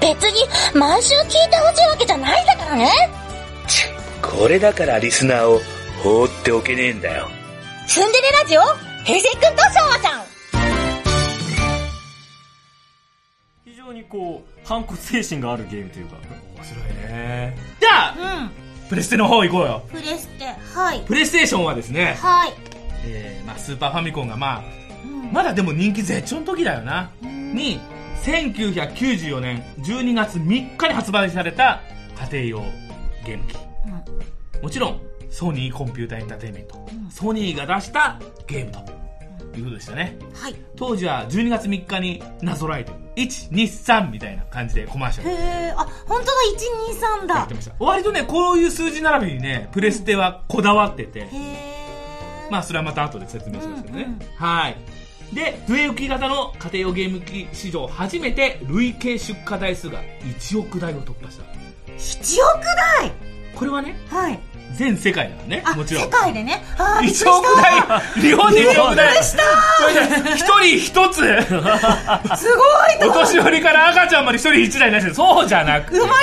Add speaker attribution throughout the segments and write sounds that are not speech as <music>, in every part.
Speaker 1: 別に毎週聞いてほしいわけじゃないんだからね
Speaker 2: チッこれだからリスナーを放っておけねえんだよ
Speaker 1: ツンデレラジオ平成くんと昭和さん
Speaker 3: 非常にこう反骨精神があるゲームというか
Speaker 4: 面白いねじゃあ
Speaker 5: う
Speaker 4: プレステの方行こうよ
Speaker 5: んプレステはい
Speaker 4: プレイステーションはですね、
Speaker 5: はい
Speaker 4: えーまあ、スーパーファミコンがまあ
Speaker 5: うん
Speaker 4: まだでも人気絶頂の時だよな、に1994年12月3日に発売された家庭用ゲーム機、もちろんソニーコンピュータエンターテインメント、ソニーが出したゲームということでしたね
Speaker 5: はい
Speaker 4: 当時は12月3日になぞらえて123みたいな感じでコマーシャル
Speaker 5: へえあ本当だ123
Speaker 4: や
Speaker 5: だ
Speaker 4: ってました割とねこういう数字並びにねプレステはこだわってて、
Speaker 5: へえ
Speaker 4: まあそれはまた後で説明しますけどね、
Speaker 5: うんうん
Speaker 4: はいで据え置き型の家庭用ゲーム機史上初めて累計出荷台数が1億台を突破した
Speaker 5: 1億台
Speaker 4: これはね
Speaker 5: はい
Speaker 4: 全世界だからね
Speaker 5: あ
Speaker 4: もちろん
Speaker 5: 世界でねあーびっくりし
Speaker 4: 1
Speaker 5: た
Speaker 4: 億台日本で
Speaker 5: び
Speaker 4: 1億台
Speaker 5: っくりした
Speaker 4: それで一人一つ
Speaker 5: <laughs> すごいと
Speaker 4: お年寄りから赤ちゃんまで一人一台出してるそうじゃなくて
Speaker 5: 生まれたら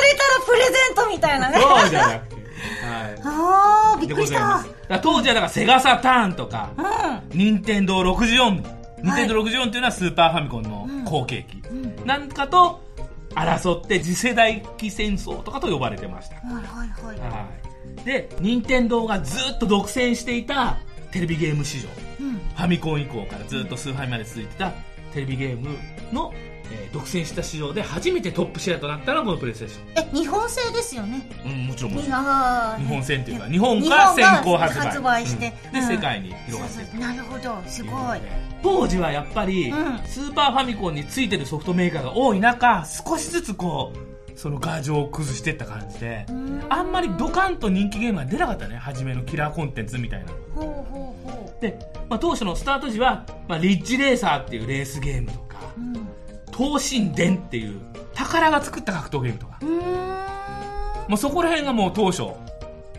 Speaker 5: プレゼントみたいなね
Speaker 4: そうじゃなくてはい
Speaker 5: <laughs> あーびっ
Speaker 4: で
Speaker 5: く
Speaker 4: ご
Speaker 5: りし
Speaker 4: ざいま
Speaker 5: た
Speaker 4: すだから当時はだからセガサターンとか、
Speaker 5: う
Speaker 4: 任天堂64任天堂64っていうのはスーパーファミコンの後継機、なんかと争って次世代機戦争とかと呼ばれてました、
Speaker 5: んはいはいはい
Speaker 4: はい、で任天堂がずっと独占していたテレビゲーム市
Speaker 5: ん
Speaker 4: 場、ファミコン以降からずっとスーファミまで続いてたテレビゲームの、えー独占した市場で初めてトップシェアとなったのがこのプレイステーシ
Speaker 5: え日本製ですよね
Speaker 4: ョン、うん、もちろんもちろん
Speaker 5: あ
Speaker 4: 日
Speaker 5: ー
Speaker 4: 本戦というか日本が先行発売
Speaker 5: 日本が発売して
Speaker 4: うんで
Speaker 5: うん
Speaker 4: 世界に広がっていった
Speaker 5: なるほどすごい
Speaker 4: 当時はやっぱり、
Speaker 5: うん
Speaker 4: スーパーファミコンについてるソフトメーカーが多い中少しずつこうその牙城を崩していった感じで、
Speaker 5: ん
Speaker 4: あんまりドカンと人気ゲームは出なかったね初めのキラーコンテンツみたいな
Speaker 5: ほうほうほ
Speaker 4: で、まあ、当初のスタート時は、まあ、リッジレーサーっていうレースゲームとか
Speaker 5: ううんう
Speaker 4: 東神殿っていう宝が作った格闘ゲームとか、
Speaker 5: ーん
Speaker 4: もうそこら辺がもう当初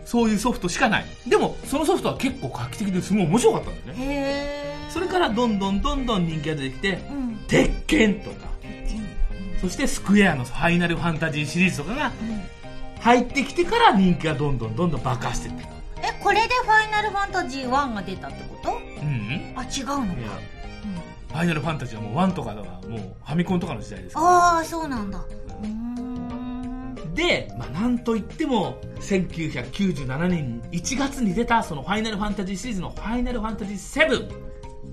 Speaker 4: そういうソフトしかないでもそのソフトは結構画期的ですごい面白かったんだよね
Speaker 5: へえ
Speaker 4: それからどんどんどんどん人気が出てきて
Speaker 5: うん
Speaker 4: 鉄拳とかそしてスクエアのファイナルファンタジーシリーズとかが入ってきてから人気がどんどんどんどん爆発していった
Speaker 5: えこれで「ファイナルファンタジー1」が出たってこと
Speaker 4: うんうん
Speaker 5: あ違うの
Speaker 4: いや
Speaker 5: か
Speaker 4: ファイナルファンタジーはもう1とかだからもうファミコンとかの時代ですから
Speaker 5: ああそうなんだうーん
Speaker 4: で、まあ、なんといっても1997年1月に出たそのファイナルファンタジーシリーズの「ファイナルファンタジー7」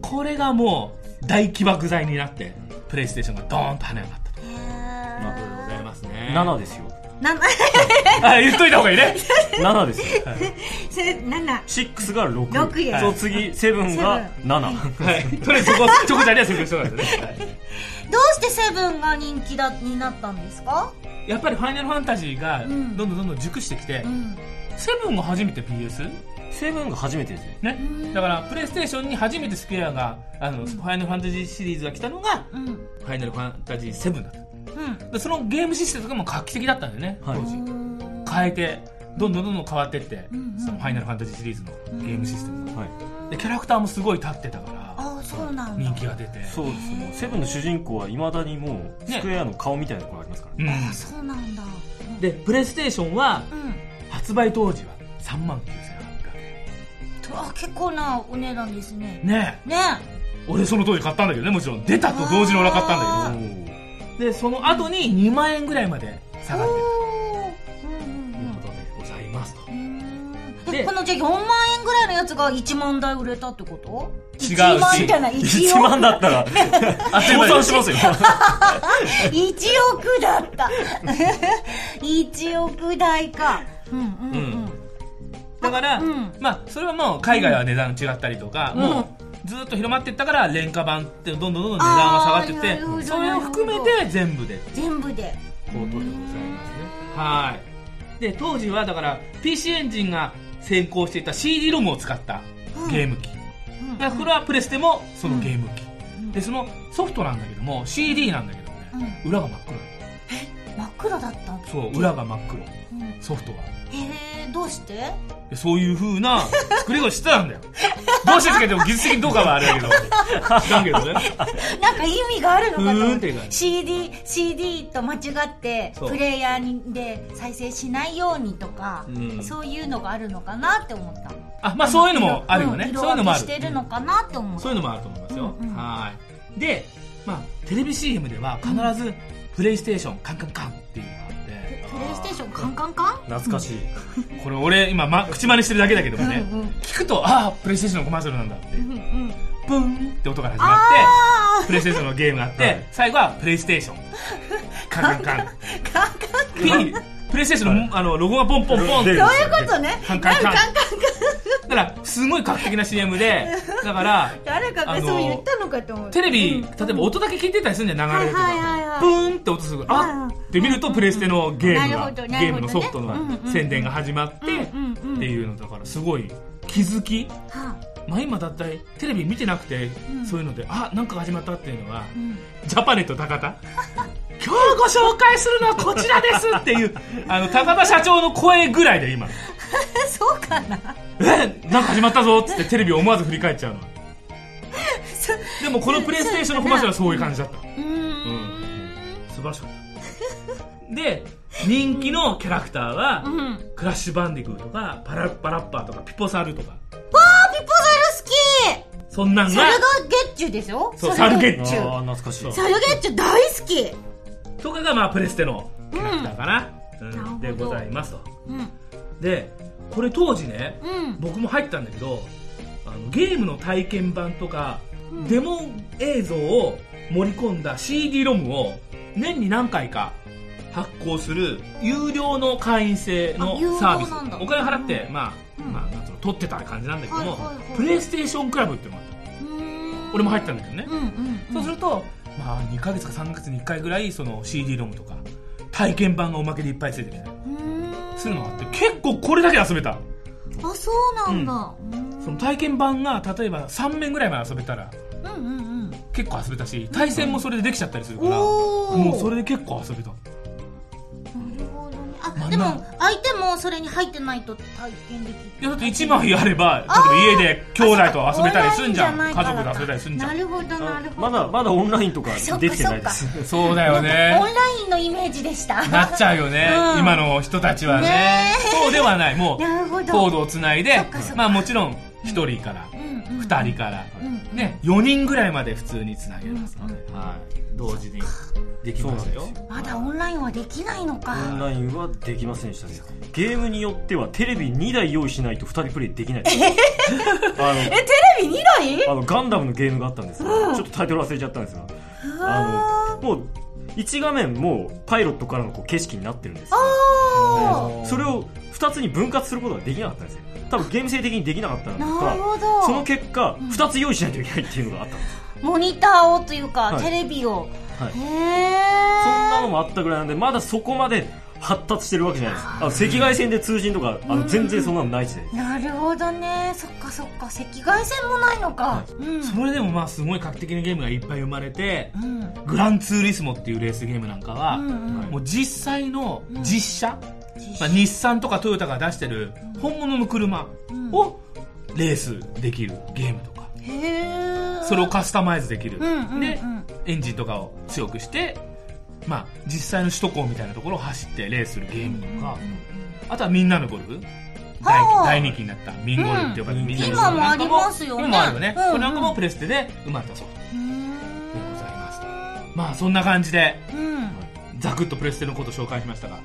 Speaker 4: これがもう大起爆剤になってプレイステーションがドーンと跳ね上がったと
Speaker 5: へえ
Speaker 3: ま
Speaker 4: いう
Speaker 3: あ
Speaker 4: ことでございますね
Speaker 3: 7です <laughs> よ
Speaker 5: な
Speaker 4: あ言っといた方がいいね
Speaker 3: 7ですよ <laughs>
Speaker 5: それ7
Speaker 3: 6が6
Speaker 5: 六です
Speaker 3: そう次7が7
Speaker 4: はい、とりあえずそこ、チョコちゃんには説明してもらったね。
Speaker 5: どうしてセブンが人気だになったんですか
Speaker 4: やっぱりファイナルファンタジーがどん
Speaker 5: ん
Speaker 4: どんどんどん熟してきて、
Speaker 5: うん
Speaker 4: セブンが初めて PS?
Speaker 3: <laughs> セブンが初めてですね
Speaker 4: ね。だから、プレイステーションに初めてスクエアが、あの、ファイナルファンタジーシリーズが来たのが、
Speaker 5: うん
Speaker 4: ファイナルファンタジー7だった。
Speaker 5: うん
Speaker 4: でそのゲームシステムとかも画期的だったんだよね、
Speaker 3: はい
Speaker 4: 当時。変えて、どんどんどんどん変わってって、
Speaker 5: んうん
Speaker 4: そのファイナルファンタジーシリーズのゲームシステムが
Speaker 3: はい
Speaker 4: で、キャラクターもすごい立ってたから、
Speaker 5: ああそうなんだ
Speaker 4: 人気が出て。
Speaker 3: そうですねセブンの主人公はいまだにもうスクエアの顔みたいなところありますからね
Speaker 4: うん
Speaker 5: ああそうなんだ
Speaker 4: で、プレイステーションは、
Speaker 5: うん、うん
Speaker 4: 発売当時は3万9800
Speaker 5: とあ結構なお値段ですね
Speaker 4: 円。ねえ。
Speaker 5: ね
Speaker 4: 俺その当時買ったんだけどねもちろん出たと同時に俺は買ったん
Speaker 3: お
Speaker 4: だけ
Speaker 3: ー
Speaker 4: どでその後に2万円ぐらいまで下がってる
Speaker 5: えうんうん
Speaker 4: ということでございますと
Speaker 5: うんうーん
Speaker 4: で
Speaker 5: えこのじゃあ4万円ぐらいのやつが1万台売れたってこと
Speaker 4: 違うし
Speaker 5: 1万じゃない1
Speaker 3: 1
Speaker 5: 億
Speaker 3: 万だっ
Speaker 5: <laughs>
Speaker 3: たら倒産します <laughs> よ
Speaker 5: 1億だった <laughs> 1億台かうんうんうん、
Speaker 4: だから、
Speaker 5: うん
Speaker 4: まあそれはもう海外は値段違ったりとか、
Speaker 5: ん
Speaker 4: もうずっと広まっていったから廉価版ってどんどんどんどん値段は下がってっ
Speaker 5: あーなるほ
Speaker 4: て
Speaker 5: ど
Speaker 4: それを含めて全部で
Speaker 5: 全部で
Speaker 4: 高騰でございますねはいで当時はだから PC エンジンが先行していた CD ロムを使ったゲーム機、
Speaker 5: うん
Speaker 4: だからこれはプレステもそのゲーム機、でそのソフトなんだけども CD なんだけどもね、裏が真っ黒
Speaker 5: 真っ黒だったの
Speaker 4: そう裏が真っ
Speaker 5: う
Speaker 4: 黒
Speaker 5: ん
Speaker 4: ソフトは
Speaker 5: へえどうして
Speaker 4: でそういう風な作りをしてたんだよどうしてつけても技術的にどうかはあれだけどだけどね
Speaker 5: なんか意味があるのかと
Speaker 4: ふーん
Speaker 5: 思
Speaker 4: っ
Speaker 5: ってて
Speaker 4: いう感じ
Speaker 5: CD, CD と間違って
Speaker 4: そう
Speaker 5: プレイヤーにで再生しないようにとか、
Speaker 4: うん
Speaker 5: そういうのがあるのかなって思ったの
Speaker 4: あまあそういうのもあるよね、
Speaker 5: ん色
Speaker 4: そういうのもあ
Speaker 5: 分
Speaker 4: る
Speaker 5: けしてるのかなって思った
Speaker 4: そういうのもあると思いますよ。
Speaker 5: うんうん
Speaker 4: はい。で、まあ、テレビ CM では必ず、プレイステーションカンカンカンっていうのがあ
Speaker 5: プレ
Speaker 4: っ
Speaker 5: イステーションカンカンカン
Speaker 3: 懐かしい。
Speaker 4: て、これ俺今、ま、口真似してるだけだけどもね、
Speaker 5: うんうん
Speaker 4: 聞くと、ああ、プレイステーションのコマーシャルなんだって、
Speaker 5: うんうん
Speaker 4: ブンって音から始まっ
Speaker 5: あ
Speaker 4: て、プレイステーションのゲームがあって、
Speaker 3: はい
Speaker 4: 最後はプレイステーション。カンカンカ
Speaker 5: ー
Speaker 4: ン。
Speaker 5: カンカンカン
Speaker 4: ピンプレイステーションの,、あのロゴがポンポンポンって
Speaker 3: 出る
Speaker 5: そういうことね
Speaker 4: カンカ
Speaker 5: な
Speaker 4: ン
Speaker 5: んか
Speaker 4: カン
Speaker 5: カンカン
Speaker 4: だから、すごい画期的な
Speaker 5: <laughs>
Speaker 4: CM で、だから、
Speaker 5: 誰かがそう言ったのかと思って
Speaker 4: テレビ、例えば音だけ聞いてたりするんだよ、流れとか。
Speaker 5: はいはいはいはい
Speaker 4: ブーンって音する。
Speaker 5: はい
Speaker 4: あ
Speaker 5: はい
Speaker 4: って見ると、プレステのゲーム
Speaker 5: な
Speaker 4: が、
Speaker 5: るほど
Speaker 4: ゲ
Speaker 5: なる
Speaker 4: ー
Speaker 5: ほどね
Speaker 4: ムのソフトの
Speaker 5: うんうん
Speaker 4: 宣伝が始まって、
Speaker 5: うんうんうん
Speaker 4: っていうのだから、すごい気づき。
Speaker 5: は
Speaker 4: まあ今だったり、テレビ見てなくて、
Speaker 5: うん
Speaker 4: そういうので、あ、なんか始まったっていうのは、
Speaker 5: いうん
Speaker 4: ジャパネット高田。今日ご紹介するのはこちらですっていう、あの、高田社長の声ぐらいで今、
Speaker 5: そうかな
Speaker 4: えなんか始まったぞっつってテレビ思わず振り返っちゃうの。
Speaker 5: そ
Speaker 4: でもこのプレイステーションのコマーシャルはそういう感じだった。
Speaker 5: うーん
Speaker 4: 素晴らしかったで人気のキャラクターは、
Speaker 5: うん
Speaker 4: クラッシュバンディクーとかパラッパラッパーとかピポサルとか
Speaker 5: あーピポザル好き
Speaker 4: そんなん
Speaker 5: サ
Speaker 4: が
Speaker 5: ルゲッチュでしょ
Speaker 4: そう
Speaker 5: サルゲ
Speaker 3: あ
Speaker 5: ッチュ
Speaker 3: ー懐かしい。
Speaker 5: サルゲッチュ大好き
Speaker 4: とかがまあプレステのキャラクターかな、うん
Speaker 5: なるほど
Speaker 4: でございますと
Speaker 5: うん
Speaker 4: でこれ当時ね、
Speaker 5: うん
Speaker 4: 僕も入ったんだけどあのゲームの体験版とか、デモ映像を盛り込んだ CD ロムを年に何回か発行する有料の会員制の
Speaker 5: あ有料
Speaker 4: サービス
Speaker 5: なんだ
Speaker 4: お金払って、まあ、
Speaker 5: うん
Speaker 4: まあなんつうの取ってた感じなんだけども、
Speaker 5: はいはいはい
Speaker 4: プレイステーションクラブっていうのがあった俺も入ったんだけどね、
Speaker 5: うんうん
Speaker 4: そうすると、まあ、2ヶ月か3ヶ月に1回ぐらいその CD ロムとか体験版がおまけでいっぱいついてきたり
Speaker 5: うーん
Speaker 4: するのがあって結構これだけ遊べた
Speaker 5: あそうなんだ
Speaker 4: その体験版が例えば3面ぐらいまで遊べたら
Speaker 5: うんうんうんうん
Speaker 4: 結構遊べたし対戦もそれでできちゃったりするから、
Speaker 5: おお
Speaker 4: もうそれで結構遊べた
Speaker 5: なるほどね
Speaker 4: まあ
Speaker 5: あで
Speaker 4: な
Speaker 5: も相手もそれに入ってないと体験できる
Speaker 4: いやだって1枚あれば例えば家で兄弟と遊べたりすんじゃん
Speaker 5: オンライン
Speaker 4: 家
Speaker 5: じゃない
Speaker 4: 族
Speaker 5: から
Speaker 4: と遊べたりすんじゃ
Speaker 5: なんるほどなるほ
Speaker 3: ま
Speaker 5: ど
Speaker 3: だ、まだオンラインとか
Speaker 5: そっか
Speaker 3: できてないです。
Speaker 4: そうだよね
Speaker 5: オンラインのイメージでした
Speaker 4: なっちゃうよね、
Speaker 5: うん
Speaker 4: 今の人たちはね
Speaker 5: ねえ
Speaker 4: そうではないもう
Speaker 5: なるほど
Speaker 4: コードをつないで
Speaker 5: そっかそっか
Speaker 4: まあもちろん1人から
Speaker 5: うんうん
Speaker 4: 2人から、
Speaker 5: うん
Speaker 4: ね、4人ぐらいまで普通につなげますので、はい、同時にできましたよ
Speaker 3: そうなんで
Speaker 5: まだオンラインはできないのか
Speaker 3: オンラインはできませんでしたね。ゲームによってはテレビ2台用意しないと2人プレイで
Speaker 5: <laughs>
Speaker 3: きない。あ
Speaker 5: テレビ2台
Speaker 3: の、あのガンダムのゲームがあったんですよ。ちょっとタイトル忘れちゃったんですが。あの、もう、1画面もうパイロットからのこう景色になってるんですよ。
Speaker 5: あ
Speaker 3: それを2つに分割することができなかったんですよ。多分ゲーム性的にできなかったの
Speaker 5: ーなる
Speaker 3: か、
Speaker 5: ほど
Speaker 3: その結果、2つ用意しないといけないっていうのがあったんですよ。
Speaker 5: モニターをというか、
Speaker 3: はい
Speaker 5: テレビを、
Speaker 3: はい
Speaker 5: へ
Speaker 3: そん
Speaker 5: え
Speaker 3: なのもあったぐらいなんで、まだそこまで発達してるわけじゃないです。あの赤外線で通信とか、あの全然そんなのない時代です。
Speaker 5: なるほどねそっかそっか赤外線もないのか、うん
Speaker 4: それでもまあすごい画期的なゲームがいっぱい生まれて
Speaker 5: うん
Speaker 4: グランツーリスモっていうレースゲームなんかは、
Speaker 5: うんうん
Speaker 4: もう実際の実車、
Speaker 5: 実車
Speaker 4: まあ、日産とかトヨタが出してる本物の車をレースできるゲームとか
Speaker 5: へえ
Speaker 4: それをカスタマイズできる、
Speaker 5: うんうんうん
Speaker 4: でエンジンとかを強くして、まあ、実際の首都高みたいなところを走ってレースするゲームとか、あとはみんなのゴルフ大
Speaker 5: はあ
Speaker 4: 大人気になったミンゴルって呼ばれる、
Speaker 3: うん
Speaker 4: みんなのゴルフな
Speaker 5: 今
Speaker 4: んか
Speaker 5: もありますよね
Speaker 4: 今もあるよね、
Speaker 5: うんうん
Speaker 4: これなんかもプレステで生まれたソフトで
Speaker 5: うーん
Speaker 4: ございますまあそんな感じで
Speaker 5: うん
Speaker 4: ざくっとプレステのことを紹介しましたが
Speaker 5: う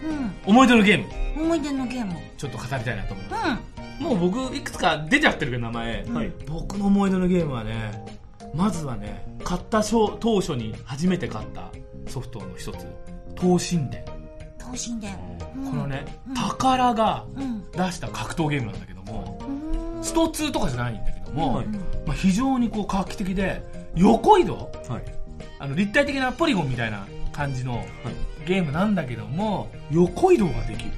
Speaker 4: 思い出のゲーム
Speaker 5: ん思い出のゲーム
Speaker 4: ちょっと語りたいなと思います
Speaker 5: う
Speaker 4: もう僕いくつか出ちゃってるけど名前、
Speaker 3: はい
Speaker 4: 僕の思い出のゲームはねまずはね買った当当初に初めて買ったソフトの一つ東神殿、
Speaker 5: ん等身伝
Speaker 4: このね、
Speaker 5: うん
Speaker 4: 宝が
Speaker 5: うん
Speaker 4: 出した格闘ゲームなんだけども、
Speaker 5: うん
Speaker 4: スト2とかじゃないんだけども、
Speaker 3: はい
Speaker 4: まあ、非常にこう画期的で横移動
Speaker 3: はい。
Speaker 4: あの立体的なポリゴンみたいな感じの
Speaker 3: はい
Speaker 4: ゲームなんだけども横移動ができる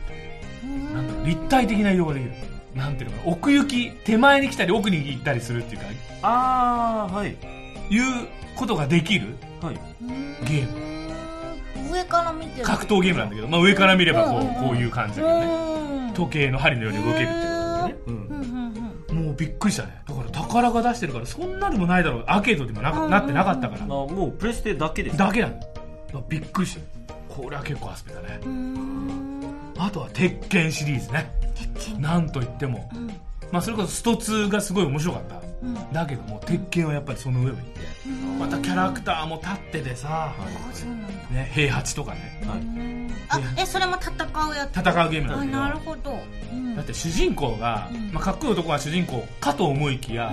Speaker 4: なんだろう立体的な移動ができるなんていうのかな奥行き手前に来たり奥に行ったりするっていうか
Speaker 3: あー、はい。
Speaker 4: いうことができる
Speaker 3: はい。
Speaker 4: ゲーム
Speaker 5: 上から見てる
Speaker 4: 格闘ゲームなんだけど、まあ、上から見ればこう,、
Speaker 5: うんうんうん
Speaker 4: こういう感じだけどね
Speaker 5: うん
Speaker 4: 時計の針のように動けるってことでね、
Speaker 5: うんうんうん
Speaker 4: うんもうびっくりしたねだから宝が出してるからそんなでもないだろうアーケードでもな,、
Speaker 5: うんうん
Speaker 4: なってなかったから、
Speaker 3: あもうプレステだけです
Speaker 4: だけなんだよだからびっくりしたこれは結構遊べたね
Speaker 5: うん
Speaker 4: あとは鉄拳シリーズね
Speaker 5: 鉄拳
Speaker 4: なんといっても、
Speaker 5: うん
Speaker 4: まあ、それこそスト2がすごい面白かった
Speaker 5: うん
Speaker 4: だけども鉄拳はやっぱりその上を行ってまたキャラクターも立っててさ、
Speaker 5: あそうなんだ
Speaker 4: ね、平八とかね
Speaker 3: はい
Speaker 5: あえそれも戦うやつ
Speaker 4: 戦うゲームなんだ
Speaker 5: あ
Speaker 4: けど
Speaker 5: なるほどうん
Speaker 4: だって主人公が、
Speaker 5: うん
Speaker 4: まあ、かっこいい男は主人公かと思いきや、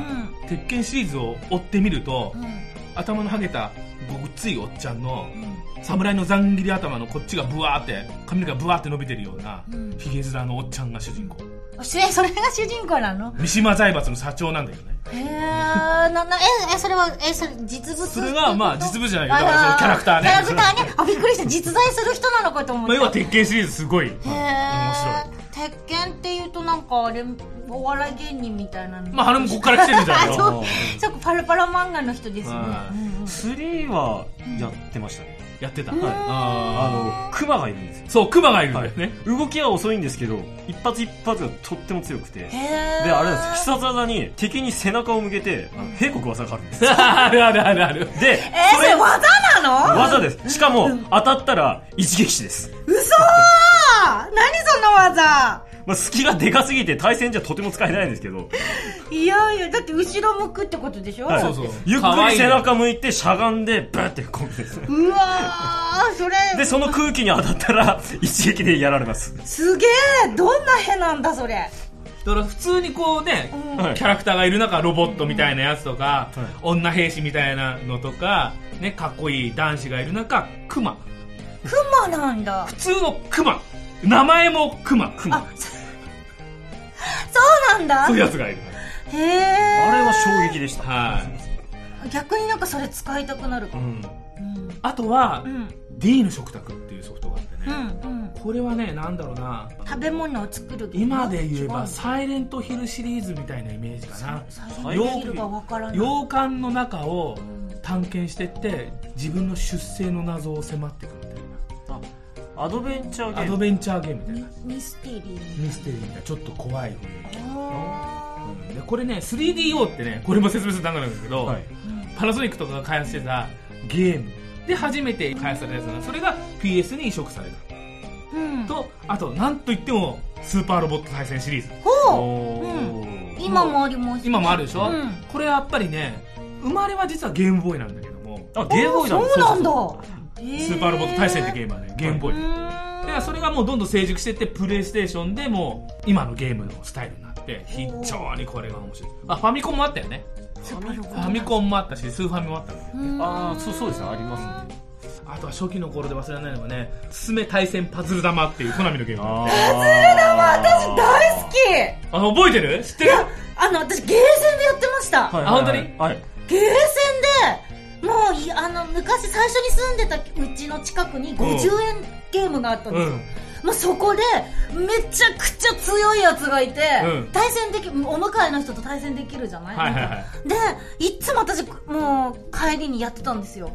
Speaker 4: 鉄拳シリーズを追ってみると、
Speaker 5: うんうん
Speaker 4: 頭のハゲたごっついおっちゃんの
Speaker 5: うん
Speaker 4: 侍のざん切り頭のこっちがブワーって髪の毛がブワーって伸びてるような、
Speaker 5: うん
Speaker 4: ヒゲ面のおっちゃんが主人公
Speaker 5: えそれが主人公なの
Speaker 4: 三島財閥の社長なんだけどね
Speaker 5: へえななええそれはえそれ実物
Speaker 4: それはまあ実物じゃないけどだからその
Speaker 5: あ
Speaker 4: キャラクターね
Speaker 5: キャラクターねあびっくりした実在する人なのかと思っ
Speaker 4: ま
Speaker 5: た
Speaker 4: あ、要は鉄拳シリーズすごい面
Speaker 5: へ
Speaker 4: 白い
Speaker 5: え鉄拳っていうとなんかあれお笑い芸人みたいなの
Speaker 4: まああれもこっから来てるんじゃない
Speaker 5: あそ
Speaker 4: の
Speaker 5: うそっかパラパラ漫画の人ですね
Speaker 4: は
Speaker 3: 3はやってましたね、
Speaker 4: やってた、
Speaker 3: はい
Speaker 4: あ
Speaker 3: あのクマがいるんですよ、
Speaker 4: そう熊がいるんだ
Speaker 3: は
Speaker 4: よね、
Speaker 3: い、動きは遅いんですけど一発一発がとっても強くてで
Speaker 5: へえ
Speaker 3: あれなんです必殺技に敵に背中を向けてあの閉国技があるんです
Speaker 4: あるあるあるある
Speaker 3: で
Speaker 5: えーそれ技なの
Speaker 3: 技ですしかも当たったら一撃死です、
Speaker 5: 嘘ー何その技
Speaker 3: まあ、隙がでかすぎて対戦じゃとても使えないんですけど
Speaker 5: いやいやだって後ろ向くってことでしょ、
Speaker 3: はい
Speaker 4: そうそう
Speaker 3: ゆっ
Speaker 4: か
Speaker 3: く
Speaker 4: わい
Speaker 3: り
Speaker 4: いね
Speaker 3: 背中向いてしゃがんでブーってこむんです
Speaker 5: うわーそれ
Speaker 3: でその空気に当たったら一撃でやられます
Speaker 5: すげえどんな絵なんだそれ
Speaker 4: だから普通にこうね、
Speaker 3: はい
Speaker 4: キャラクターがいる中ロボットみたいなやつとか、
Speaker 3: はい
Speaker 4: 女兵士みたいなのとか、ね、かっこいい男子がいる中クマ
Speaker 5: クマなんだ
Speaker 4: 普通のクマ名前もクマク
Speaker 5: あ
Speaker 4: マ
Speaker 5: そそうなんだ
Speaker 4: そういうやつがいる
Speaker 5: へえ
Speaker 3: あれは衝撃でした
Speaker 4: はい、
Speaker 5: 逆になんかそれ使いたくなるか
Speaker 4: う
Speaker 5: も
Speaker 4: ん、
Speaker 5: うん
Speaker 4: あとは、
Speaker 5: うん
Speaker 4: D の食卓っていうソフトがあっ
Speaker 5: う
Speaker 4: てね、
Speaker 5: んうん
Speaker 4: これはねなんだろうな
Speaker 5: 食べ物を作る
Speaker 4: 今で言えば
Speaker 5: 違う
Speaker 4: サイレントヒルシリーズみたいなイメージかな
Speaker 5: サイレンヒルがわからない
Speaker 4: 洋館の中を探検してって自分の出生の謎を迫っていくみたい
Speaker 3: アドベンチャーゲ
Speaker 4: なア
Speaker 3: ー
Speaker 4: ド
Speaker 3: ム
Speaker 4: ベンチャーゲームみたいな
Speaker 5: ミミステリー
Speaker 4: ミステリーみたいなちょっと怖い雰囲
Speaker 5: あ
Speaker 4: 気でこれね 3DO ってねこれも説明すると長くなるんですけど、
Speaker 3: はい
Speaker 4: パナソニックとかが開発してたゲームで初めて開発されたやつがそれが PS に移植された
Speaker 5: ーうん
Speaker 4: とあとなんといってもスーパーロボット対戦シリーズ
Speaker 5: ほう
Speaker 3: おー
Speaker 5: 今もあります
Speaker 4: 今もあるでしょ、
Speaker 5: うん
Speaker 4: これはやっぱりね生まれは実はゲームボーイなんだけども
Speaker 3: あゲームボーイなんだ
Speaker 5: そうなんだ
Speaker 4: スーパーロボット対戦ってゲ
Speaker 5: ー
Speaker 4: ームはねゲームボ
Speaker 5: ム
Speaker 4: ーイ、だからそれがもうどんどん成熟してってプレイステーションでもう今のゲームのスタイルになって非常にこれが面白いあファミコンもあったよね
Speaker 5: スーパーロボッ
Speaker 4: フ
Speaker 5: ト
Speaker 4: ァミコンもあったしスーファミもあったんだけど
Speaker 3: ああそうそうですねありますね
Speaker 4: あとは初期の頃で忘れられないのがね「すすめ対戦パズル玉」っていうコナミのゲームあって
Speaker 5: 私大好き
Speaker 4: あ覚えてる知ってる
Speaker 5: あの私ゲーセンでやってました、
Speaker 3: はい
Speaker 4: あ本当に
Speaker 3: はい
Speaker 5: ゲーセンでもういあの昔最初に住んでたうちの近くに50円ゲームがあったんですよ、
Speaker 4: うん
Speaker 5: まあ、そこでめちゃくちゃ強いやつがいて、
Speaker 4: うん
Speaker 5: 対戦できお迎えの人と対戦できるじゃない、
Speaker 4: はいはいはい
Speaker 5: でいっつも私もう帰りにやってたんです
Speaker 4: <laughs>
Speaker 5: よも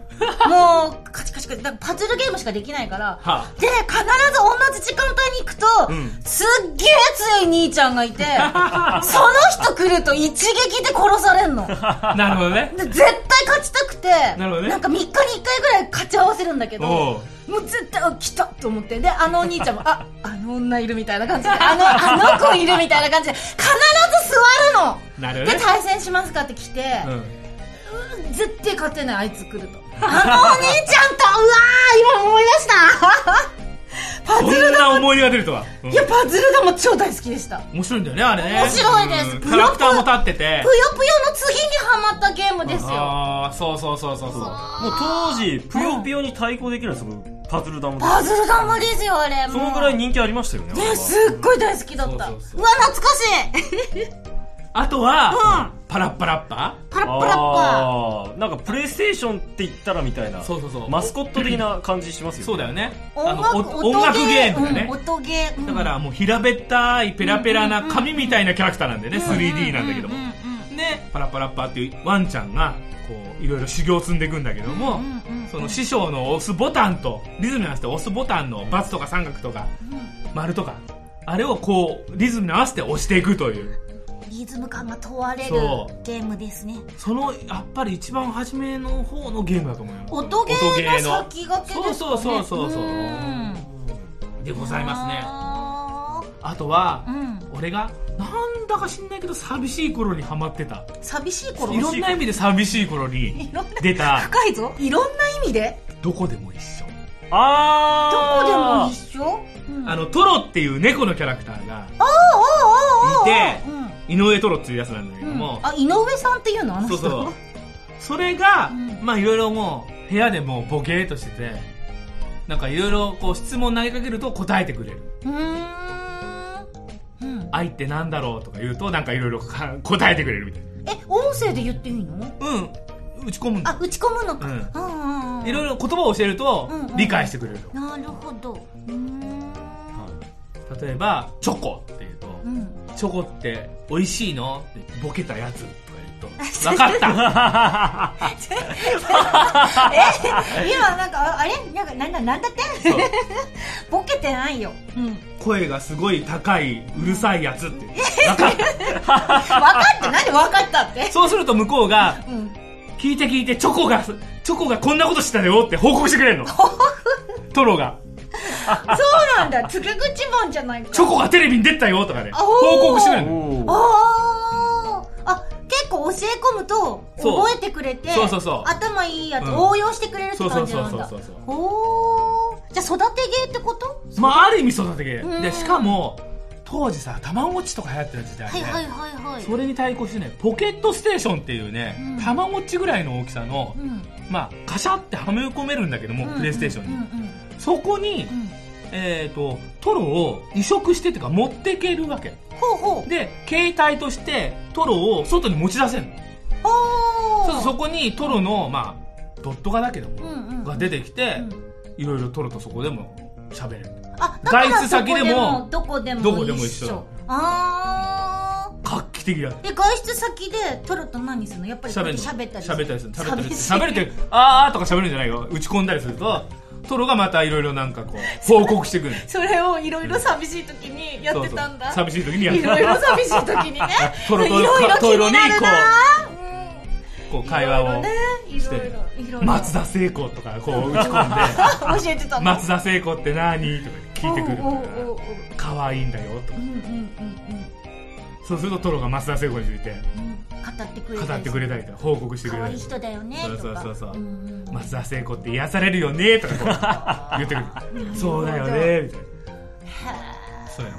Speaker 5: うカチカチカチだからパズルゲームしかできないから、
Speaker 4: はあ
Speaker 5: で必ず同じ時間帯に行くと、
Speaker 4: うん
Speaker 5: すっげえ強い兄ちゃんがい
Speaker 4: <laughs>
Speaker 5: てその人来ると一撃で殺されんの
Speaker 4: なるほどね
Speaker 5: で絶対勝ちたくて
Speaker 4: <laughs> なるほどね
Speaker 5: んか3日に1回ぐらい勝ち合わせるんだけど
Speaker 4: おう
Speaker 5: もう絶対あ来たと思ってであのお兄ちゃんもああの女いるみたいな感じであのあの子いるみたいな感じで必ず座るの
Speaker 4: なるほど
Speaker 5: で
Speaker 4: ね
Speaker 5: 対戦しますかって来て、
Speaker 4: うん
Speaker 5: うん絶対勝てないあいつ来るとあのお兄ちゃんとうわー今思い出した
Speaker 4: <laughs>
Speaker 5: パ
Speaker 4: そ
Speaker 5: ズル
Speaker 4: んな思い出が出るとは、うん
Speaker 5: いやパズルがもう超大好きでしたぷよ
Speaker 4: 面白いんだよねあれね
Speaker 5: 面白いです
Speaker 4: う
Speaker 5: ぷ
Speaker 4: んキ
Speaker 5: よぷよ
Speaker 4: ャラクターも立ってて
Speaker 5: ぷよの次にハマったゲームですよ
Speaker 4: ああそうそうそうそうそう
Speaker 3: もう当時ぷよぷよに対抗できるんですよパズル玉
Speaker 5: パズル玉ですよあれ
Speaker 3: その
Speaker 5: もう
Speaker 3: ぐらい人気ありましたよねあれ
Speaker 5: ね
Speaker 3: は
Speaker 5: すっごい大好きだったう
Speaker 4: そうそうそう
Speaker 5: わ懐かしい
Speaker 4: あとは、
Speaker 5: う
Speaker 4: パラッパラッパ
Speaker 5: パラッパラッパ
Speaker 3: あーなんかプレイステーションって言ったらみたいな
Speaker 4: そうそうそう
Speaker 3: マスコット的な感じしますよね
Speaker 4: そうだよねあ
Speaker 5: 音
Speaker 4: の
Speaker 5: 楽
Speaker 4: お音楽ゲームだね
Speaker 5: うん、音ゲー、うん
Speaker 4: だからもう平べったいペラペラな紙みたいなキャラクターなんだよね 3D なんだけども
Speaker 5: うんうん
Speaker 4: ねパラッパラッパっていうワンちゃんがこういろいろ修行を積んでいくんだけども
Speaker 5: うんうん
Speaker 4: その師匠の押すボタンとリズムに合わせて押すボタンの×とか三角とか丸とかあれをこうリズムに合わせて押していくという
Speaker 1: リズム感が問われる
Speaker 4: そう
Speaker 1: ゲームですね。
Speaker 4: そのやっぱり一番初めの方のゲームだと思います
Speaker 5: 音ゲ
Speaker 4: 音ゲー
Speaker 5: ー
Speaker 4: の
Speaker 5: の先駆けですか
Speaker 4: そう
Speaker 5: ね
Speaker 4: そうそうそうそうでございますねあとは、
Speaker 1: うん
Speaker 4: 俺がなんだか知んないけど寂しい頃にハマってた
Speaker 5: 寂しい頃
Speaker 4: いろんな意味で寂しい頃に
Speaker 5: いろんな
Speaker 4: 出た
Speaker 5: 深いぞいろんな意味で
Speaker 4: 「どこでも一緒
Speaker 5: どこでも
Speaker 3: あー
Speaker 5: 一緒」
Speaker 4: あのトロっていう猫のキャラクターがいて
Speaker 5: うん
Speaker 4: 井上トロっていうやつなんだけども、
Speaker 5: あ井上さんっていうのあの
Speaker 4: そう
Speaker 5: 人
Speaker 4: そうそれが、
Speaker 5: うん
Speaker 4: まあいろいろもう部屋でもうボケーっとしててなんかいろいろこう質問投げかけると答えてくれる
Speaker 5: うーんうん
Speaker 4: 愛ってなんだろうとか言うとなんかいろいろか答えてくれるみたい
Speaker 5: え音声で言っていいの
Speaker 4: なうん打ち込むんだ
Speaker 5: あ打ち込むの
Speaker 4: う
Speaker 5: か
Speaker 4: ん
Speaker 5: うんうんうん
Speaker 4: いろいろ言葉を教えると
Speaker 5: うんうん
Speaker 4: 理解してくれると、
Speaker 5: なるほどうーん
Speaker 4: 例えば「チョコ」って言うと「 <laughs>
Speaker 5: うん
Speaker 4: チョコって美味しいの?」ってボケたやつとか言うと「
Speaker 5: <laughs>
Speaker 4: 分かった
Speaker 5: 今なんかああれなんかなんだなんだって
Speaker 4: そう
Speaker 5: ボケてないようん
Speaker 4: 声がすごい高いうるさいやつ」って「分かった」
Speaker 5: 分かって何で分かったって
Speaker 4: そうすると向こうが、
Speaker 5: うん
Speaker 4: 聞いて聞いて、チョコが、チョコがこんなことしてたよって報告してくれる
Speaker 5: <laughs>
Speaker 4: の。トロが、
Speaker 5: そうなんだつけ口本じゃないか
Speaker 4: チョコがテレビに出てたよとかね、
Speaker 5: あ
Speaker 4: 報
Speaker 5: おー
Speaker 4: 告してくれるの。
Speaker 3: おー
Speaker 5: あーあ結構教え込むと
Speaker 4: そう
Speaker 5: 覚えてくれて
Speaker 4: そうそうそう
Speaker 5: 頭いいやつ、
Speaker 4: うん
Speaker 5: 応用してくれるって感じなんだ
Speaker 4: そうそうそうそう
Speaker 5: おーじゃあ育てゲーってこと
Speaker 4: まあ、ある意味育てて
Speaker 5: うん
Speaker 4: で、しかも、当時さ、卵落ちとか流行ってた時代
Speaker 5: は
Speaker 4: で、
Speaker 5: いはいはいはい
Speaker 4: それに対抗してね、ポケットステーションっていうね、
Speaker 5: うん
Speaker 4: 卵落ちぐらいの大きさの、
Speaker 5: うん
Speaker 4: まあ、カシャってはめ込めるんだけども、プレイステーションに。
Speaker 5: うん
Speaker 4: そこに、
Speaker 5: うんうん
Speaker 4: えっ、と、トロを移植してっていうか、持っていけるわけ。
Speaker 5: ほうほう
Speaker 4: で、携帯としてトロを外に持ち出せるの。
Speaker 5: おー
Speaker 4: そうするとそこにトロの、まあ、ドット画だけども、
Speaker 5: うんうん
Speaker 4: が出てきて、
Speaker 5: うん
Speaker 4: いろいろトロとそこでも喋れる。
Speaker 5: あだから
Speaker 4: 外出先でも
Speaker 5: どこでも
Speaker 4: どこでも一緒
Speaker 5: あ
Speaker 4: 画期的だ。
Speaker 5: ーで外出先でトロと何するのやっぱりこうやって
Speaker 4: 喋
Speaker 5: 喋
Speaker 4: る
Speaker 5: ったり
Speaker 4: 喋ったりする。喋ったりする。
Speaker 5: 喋
Speaker 4: 喋るって、あーあーとか喋るんじゃないよ。打ち込んだりすると、トロがまたいろいろなんかこう、報告してくる。
Speaker 5: それをいろいろ寂しい時に <laughs> やってたんだ
Speaker 4: そうそう寂しい時にやって
Speaker 5: <laughs> いろいろ寂しい時
Speaker 4: <laughs>
Speaker 5: にね
Speaker 4: トロトロ
Speaker 5: いろいろ気になるな
Speaker 4: こう、
Speaker 5: うん
Speaker 4: 会話を。
Speaker 5: いろいろねいろいろいろいろ
Speaker 4: 松田聖子とかこう打ち込んで
Speaker 5: <laughs> 教えてたの
Speaker 4: 松田聖子って何とか聞いてくる
Speaker 5: おうおうおうおう
Speaker 4: 可愛いんだよとか
Speaker 5: うんうん
Speaker 4: そうするとトロが松田聖子について
Speaker 5: うんうんうん語ってくれたり
Speaker 4: 語ってくれたりとか報告してくれ
Speaker 5: 可
Speaker 4: た
Speaker 5: 愛い
Speaker 4: り
Speaker 5: 人だよね
Speaker 4: そう
Speaker 5: とか
Speaker 4: そうそうそうん
Speaker 5: ん
Speaker 4: 松田聖子って癒されるよねと
Speaker 5: <laughs>
Speaker 4: かこう言ってくるそうだよねみたいなそうや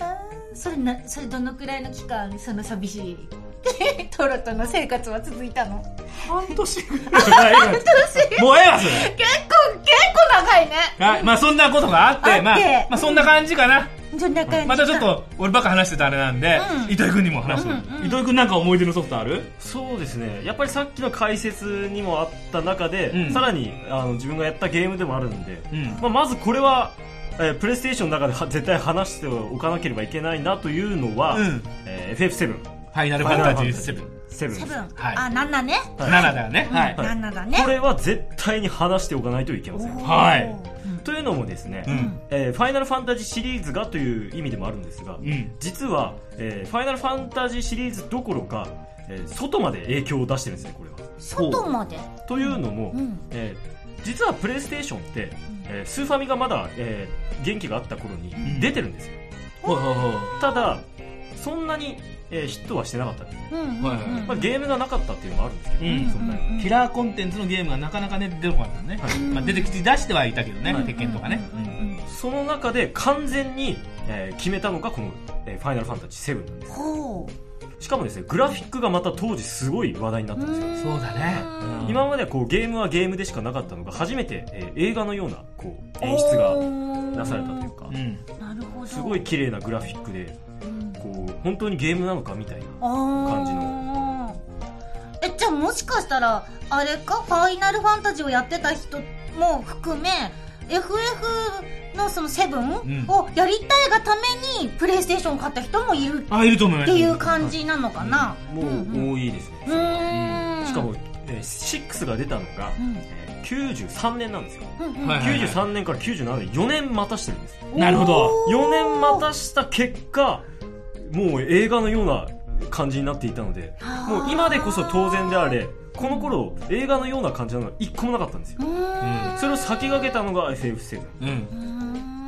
Speaker 5: あーそれなそれどのくらいの期間その寂しい <laughs> トロとの生活は続いたの結
Speaker 4: 半年ぐらい半年もうええわそ
Speaker 5: 構結
Speaker 4: れ
Speaker 5: 構長いね
Speaker 4: はいまあそんなことがあって
Speaker 5: あって
Speaker 4: まあ、まあそんな感じかな、
Speaker 5: そんな感じ
Speaker 4: またちょっと俺ばっか話してたあれなんで、
Speaker 5: うん
Speaker 4: 糸井君にも話す、糸井君なんか思い出のソフトある
Speaker 3: そうですねやっぱりさっきの解説にもあった中で、
Speaker 4: うん
Speaker 3: さらにあの自分がやったゲームでもあるんで、
Speaker 4: うん
Speaker 3: まあ、まずこれは、えープレイステーションの中では <laughs> 絶対話しておかなければいけないなというのは、
Speaker 4: うん
Speaker 3: えー FF7
Speaker 4: ファイナルファンタジー7
Speaker 3: 7です
Speaker 5: セブン、
Speaker 4: はい
Speaker 5: あなんだね、
Speaker 4: 7だよねはい、
Speaker 3: はい
Speaker 5: なんだね
Speaker 3: これは絶対に話しておかないといけません
Speaker 4: はい
Speaker 3: というのもですね、
Speaker 4: うん
Speaker 3: えーファイナルファンタジーシリーズがという意味でもあるんですが、
Speaker 4: ん
Speaker 3: 実は、えーファイナルファンタジーシリーズどころか、えー外まで影響を出してるんですねこれは
Speaker 5: 外まで
Speaker 3: というのも、
Speaker 5: うん
Speaker 3: えー実はプレイステーションって、えースーファミがまだ、えー元気があった頃に
Speaker 4: ん
Speaker 3: 出てるんですよ、
Speaker 4: ほいほいほい
Speaker 3: ただそんなに、えーヒットはしてなかったんです、
Speaker 5: うんうん
Speaker 4: はいはい
Speaker 3: まあ、ゲームがなかったっていうのもあるんですけど、
Speaker 4: うん
Speaker 3: そんなに
Speaker 4: キラーコンテンツのゲームがなかなかね出てこなかったのね、まあ、出てきて出してはいたけどね、鉄拳とかね、
Speaker 3: その中で完全に、えー決めたのがこの、えーファイナルファンタジー7なんです
Speaker 5: ほ
Speaker 3: しかもですねグラフィックがまた当時すごい話題になったんですよ、
Speaker 4: そうだね、うん
Speaker 3: 今まではこうゲームはゲームでしかなかったのが初めて、えー映画のようなこう
Speaker 5: う
Speaker 3: 演出が
Speaker 5: が
Speaker 3: なされたというか
Speaker 4: うん
Speaker 5: なるほど
Speaker 3: すごい綺麗なグラフィックでこう本当にゲームなのかみたいな
Speaker 5: 感
Speaker 3: 感じ
Speaker 5: のえじゃあもしかしたらあれかファイナルファンタジーをやってた人も含め FF のその
Speaker 4: うん
Speaker 5: 7をやりたいがためにプレイステーションを買った人もいる
Speaker 4: あいると思いま
Speaker 5: っ
Speaker 4: す
Speaker 5: ていう感じなのかな、
Speaker 3: もう多いですね、
Speaker 5: うーん
Speaker 3: しかも、えー6が出たのが、
Speaker 5: うん
Speaker 3: え93年なんですよ。
Speaker 5: うんうん
Speaker 4: はいはいはい
Speaker 3: 93年から97年、4年待たしてるんです。
Speaker 4: なるほど。
Speaker 3: 4年待たした結果、もう映画のような感じになっていたので、もう今でこそ当然であれ、この頃映画のような感じなのは一個もなかったんですよ。
Speaker 4: うん
Speaker 3: それを先駆けたのが FF7。
Speaker 4: う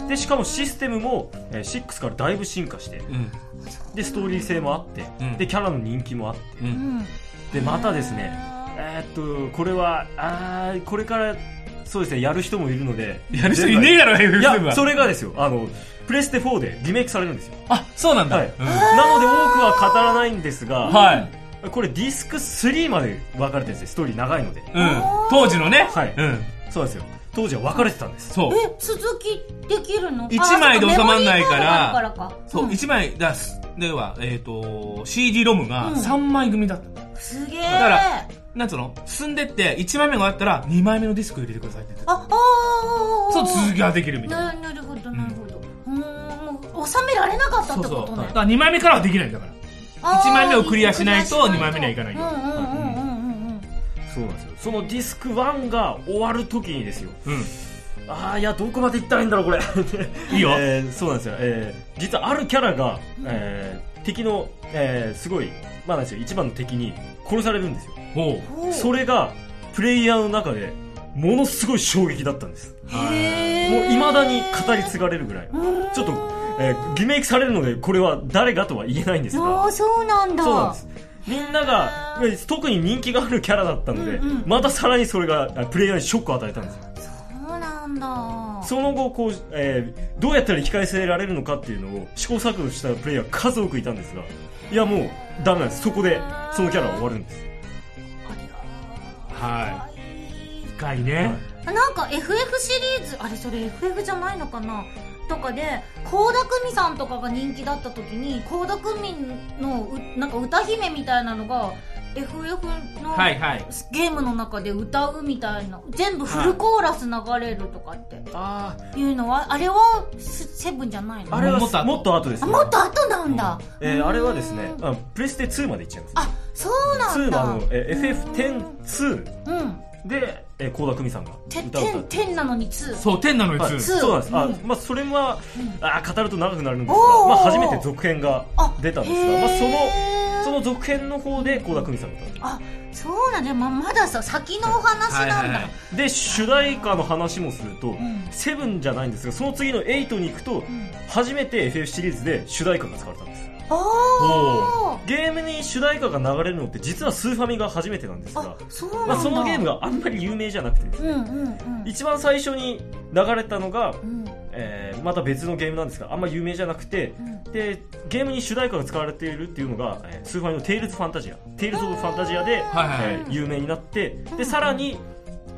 Speaker 4: ん。
Speaker 3: で、しかもシステムもえー6からだいぶ進化して、
Speaker 4: うん。
Speaker 3: で、ストーリー性もあって
Speaker 4: うん、
Speaker 3: で、キャラの人気もあって、
Speaker 4: う。
Speaker 5: うんん
Speaker 3: で、またですね、えーっと、これは、あーこれから、そうですね、やる人もいるので。
Speaker 4: やる人いねえだろ、
Speaker 3: い
Speaker 4: FF7
Speaker 3: や、
Speaker 4: は。
Speaker 3: それがですよ、あの、プレステ4でリメイクされるんですよ。
Speaker 4: あ、そうなんだ。
Speaker 3: はい
Speaker 4: うん
Speaker 3: なので多くは語らないんですが、
Speaker 4: はい。
Speaker 3: これディスク3まで分かれてるんですよ、ストーリー長いので。
Speaker 4: うん。当時のね。
Speaker 3: はい
Speaker 4: うん。
Speaker 3: そうなんですよ。当時は分かれてたんです。
Speaker 4: そう。
Speaker 5: え続きできるの
Speaker 4: 一枚で収まんないか
Speaker 5: あそっメモリーカー
Speaker 4: ら
Speaker 5: ドがあるからか
Speaker 4: そう、1枚出す。では、えっ、と、CD ロムが
Speaker 5: うん
Speaker 4: 3枚組だった。
Speaker 5: すげえ
Speaker 4: だからなんつうの進んでって、1枚目があったら2枚目のディスク入れてくださいって言ってた。
Speaker 5: ああー
Speaker 4: そう、続きができるみたいな。
Speaker 5: ななるほどなるほどうーんもう収められなかったっ
Speaker 4: そう
Speaker 5: て
Speaker 4: そ
Speaker 5: こ
Speaker 4: う。
Speaker 5: と
Speaker 4: だ
Speaker 5: ね
Speaker 4: から2枚目からはできないんだから。
Speaker 5: あー
Speaker 4: 一枚目をクリアしないと
Speaker 5: クリアし
Speaker 4: 二枚目にはいかないよ
Speaker 5: うんうんうんうんうんうん
Speaker 3: そうなんですよ。そのディスク1が終わる時にですよ、
Speaker 4: うん。
Speaker 3: ああいや、どこまで行ったらいいんだろう、これ。
Speaker 4: いいよ
Speaker 3: えーそうなんですよ。えー実はあるキャラが、えー敵の、えーすごい、まあなんですよ、一番の敵に殺されるんですよ。
Speaker 4: ほ
Speaker 5: ほう
Speaker 3: それが、プレイヤーの中で、ものすごい衝撃だったんです。
Speaker 5: へ
Speaker 3: もう
Speaker 5: ー
Speaker 3: 未だに語り継がれるぐらい。
Speaker 5: うん
Speaker 3: ちょっと、えーリメイクされるので、これは誰がとは言えないんです
Speaker 5: あ
Speaker 3: が
Speaker 5: ー、そうなんだ
Speaker 3: そうなんです。みんなが、えー特に人気があるキャラだったので、
Speaker 5: うんうん
Speaker 3: またさらにそれが、あプレイヤーにショックを与えたんですよ。
Speaker 5: そうなんだ
Speaker 3: その後こう、えーどうやったら引き返せられるのかっていうのを試行錯誤したプレイヤーが数多くいたんですがいやもうダメなんですそこでそのキャラは終わるんです
Speaker 4: う。はい。深いね。
Speaker 5: あなんか FF シリーズあれそれ FF じゃないのかなとかで倖田來未さんとかが人気だった時に倖田來未のうなんか歌姫みたいなのが FF の、
Speaker 4: はいはい。
Speaker 5: ゲームの中で歌うみたいな全部フルコーラス流れるとかって
Speaker 3: あ
Speaker 5: いうのはあれはセセブンじゃないの
Speaker 3: あれは
Speaker 4: もっと後
Speaker 3: もっと後です
Speaker 5: あ
Speaker 3: ね
Speaker 5: もっと後なんだ、
Speaker 3: えーあれはですね
Speaker 5: うーん
Speaker 3: あプレステ2までいっちゃいます
Speaker 5: あそうなん
Speaker 3: 2のあ
Speaker 5: だ
Speaker 3: の、えー
Speaker 5: う
Speaker 3: FF102
Speaker 5: ん
Speaker 3: で倖、えー、倖田來未さんが
Speaker 5: て
Speaker 3: 歌を歌
Speaker 5: ん
Speaker 3: って
Speaker 5: てんなのに2
Speaker 4: そう、天なの
Speaker 3: はい
Speaker 4: やつ。
Speaker 5: 2
Speaker 3: そうなんです、あ
Speaker 5: うん
Speaker 3: まあ、それは、あー語ると長くなるんですが
Speaker 5: お、ー
Speaker 3: まあ、初めて続編が
Speaker 5: あ
Speaker 3: 出たんです
Speaker 5: へー
Speaker 3: が、まあ、そのその続編の方で倖田來未さんが歌って
Speaker 5: あそうなんだままださ先のお話なんだ、
Speaker 4: はいはいはい
Speaker 3: で主題歌の話もすると、
Speaker 5: ん
Speaker 3: セブンじゃないんですがその次のエイトに行くと、
Speaker 5: ん
Speaker 3: 初めて FF シリーズで主題歌が使われたんです
Speaker 5: あ
Speaker 3: ゲームに主題歌が流れるのって実はスーファミが初めてなんです
Speaker 5: ー
Speaker 3: が
Speaker 5: あそうなんだ、
Speaker 3: まあ、そのゲームがあんまり有名じゃなくてです
Speaker 5: う
Speaker 3: ね、
Speaker 5: んうんうん
Speaker 3: 一番最初に流れたのが、
Speaker 5: うん
Speaker 3: えーまた別のゲームなんですがあんま有名じゃなくて、
Speaker 5: うん
Speaker 3: でゲームに主題歌が使われているっていうのが、えースーファミの「テイルズ・ファンタジア」「テイルズ・オブ・ファンタジアで」
Speaker 4: はいはいはい
Speaker 3: えー有名になって
Speaker 5: うん
Speaker 3: でさらに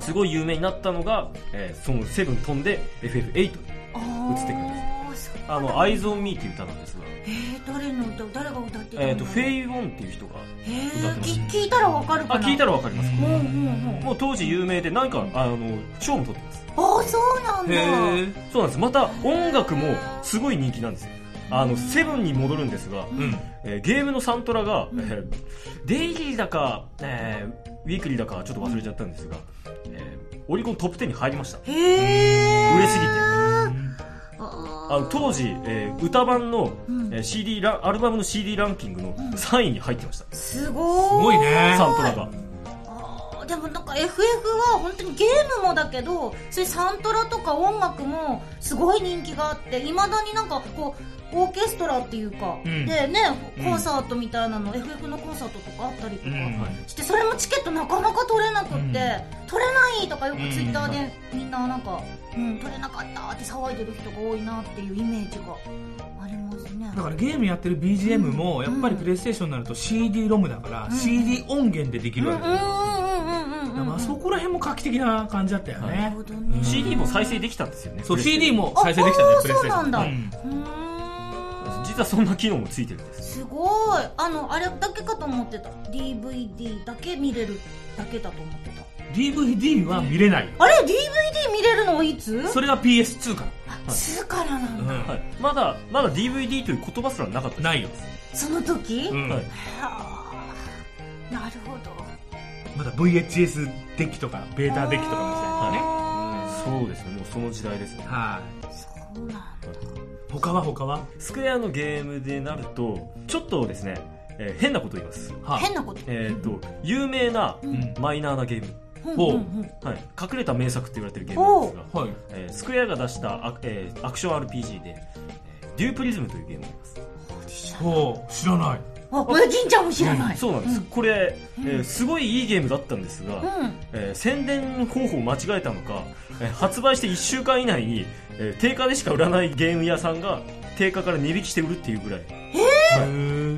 Speaker 3: すごい有名になったのが、えーそのセブン飛んで FF8
Speaker 5: あー
Speaker 3: 映ってくるん
Speaker 5: そう
Speaker 3: あの「Eyes on Me」っていう歌なんですが、
Speaker 5: えー、誰の歌誰が歌ってたの
Speaker 3: えー、とフェイ・ウォンっていう人が
Speaker 5: え
Speaker 3: 歌って
Speaker 5: ー、
Speaker 3: ま
Speaker 5: き
Speaker 3: す
Speaker 5: 聞いたらわかる
Speaker 3: あ
Speaker 5: かな
Speaker 3: 聞いたらわかります
Speaker 5: うんうんうん
Speaker 3: もう当時有名で何かあの賞も取ってます
Speaker 5: ああそうなんだ
Speaker 4: へえ。
Speaker 3: そうなんですまた音楽もすごい人気なんですよあのセブンに戻るんですが、
Speaker 4: うん。
Speaker 3: えーゲームのサントラが、えーデイリーだか、えーウィークリーだかちょっと忘れちゃったんですが、えーオリコントップ10に入りました
Speaker 5: へえ
Speaker 3: 売れすぎてあ
Speaker 5: あ
Speaker 3: の当時、えー歌版の、
Speaker 5: うん
Speaker 3: えー CD ランアルバムの CD ランキングの3位に入ってました、
Speaker 5: すごーい
Speaker 4: すごいね。
Speaker 3: サントラが
Speaker 5: あーでもなんか FF は本当にゲームもだけどそういうサントラとか音楽もすごい人気があっていまだになんかこうオーケストラっていうか、
Speaker 4: うん
Speaker 5: でね
Speaker 4: うん
Speaker 5: コンサートみたいなの、FF のコンサートとかあったりとか
Speaker 4: うんはい
Speaker 5: して、それもチケットなかなか取れなくって、
Speaker 4: うん
Speaker 5: 取れないとかよく
Speaker 4: うん
Speaker 5: ツイッターでみんななんか、うん、取れなかったって騒いでる人が多いなっていうイメージがありますね
Speaker 4: だからゲームやってる BGM もやっぱりプレイステーションになると CD ロムだから
Speaker 5: うん
Speaker 4: CD 音源ででき
Speaker 5: うん
Speaker 4: る
Speaker 5: う
Speaker 4: わ
Speaker 5: ん
Speaker 4: けだか
Speaker 5: うんうんうんうんう
Speaker 4: ら
Speaker 5: ん
Speaker 4: まあそこら辺も画期的な感じだったよ
Speaker 5: なる
Speaker 4: ね
Speaker 5: ほどね
Speaker 3: CD も再生できたんですよね
Speaker 4: そう
Speaker 3: プレステ
Speaker 4: CD も再生できたね
Speaker 5: あ
Speaker 4: プレイステーション
Speaker 5: そうなんだ
Speaker 4: ん
Speaker 5: うーん
Speaker 3: 実はそんな機能もついてるんです
Speaker 5: すごいあのあれだけかと思ってた DVD だけ見れるだけだと思ってた
Speaker 4: DVD は見れないよ
Speaker 5: あれ DVD 見れるのいつ
Speaker 4: それが PS2 か
Speaker 5: つからな
Speaker 4: ら
Speaker 5: んだ、
Speaker 3: は
Speaker 4: う
Speaker 3: い、まだまだ DVD という言葉すらなかった
Speaker 4: んないよ
Speaker 5: その時、
Speaker 4: うん
Speaker 3: はい
Speaker 5: はあなるほど
Speaker 4: まだ VHS デッキとかベータデッキとかの時代ですね
Speaker 3: そうですねもうその時代ですね
Speaker 4: はい
Speaker 5: そうなんだ
Speaker 4: 他は他は
Speaker 3: スクエアのゲームでなるとちょっとですね、えー変なこと言います
Speaker 4: はい
Speaker 5: 変なこと
Speaker 3: えっ、と有名な
Speaker 4: うん
Speaker 3: マイナーなゲーム、
Speaker 5: うん
Speaker 4: ほう
Speaker 5: うんうん
Speaker 3: はい、隠れた名作って言われてるゲームなんですが、
Speaker 4: はい
Speaker 3: えースクエアが出したア,、えーアクション RPG で、えーデュープリズムというゲームがあります
Speaker 4: ほう知らない
Speaker 5: あこれ銀ちゃんも知らない
Speaker 3: そうなんです、これ、えー
Speaker 5: うん
Speaker 3: すごいいいゲームだったんですが、
Speaker 5: うん
Speaker 3: えー宣伝方法を間違えたのか、えー発売して1週間以内に、えー定価でしか売らないゲーム屋さんが定価から値引きして売るっていうぐらい
Speaker 4: へ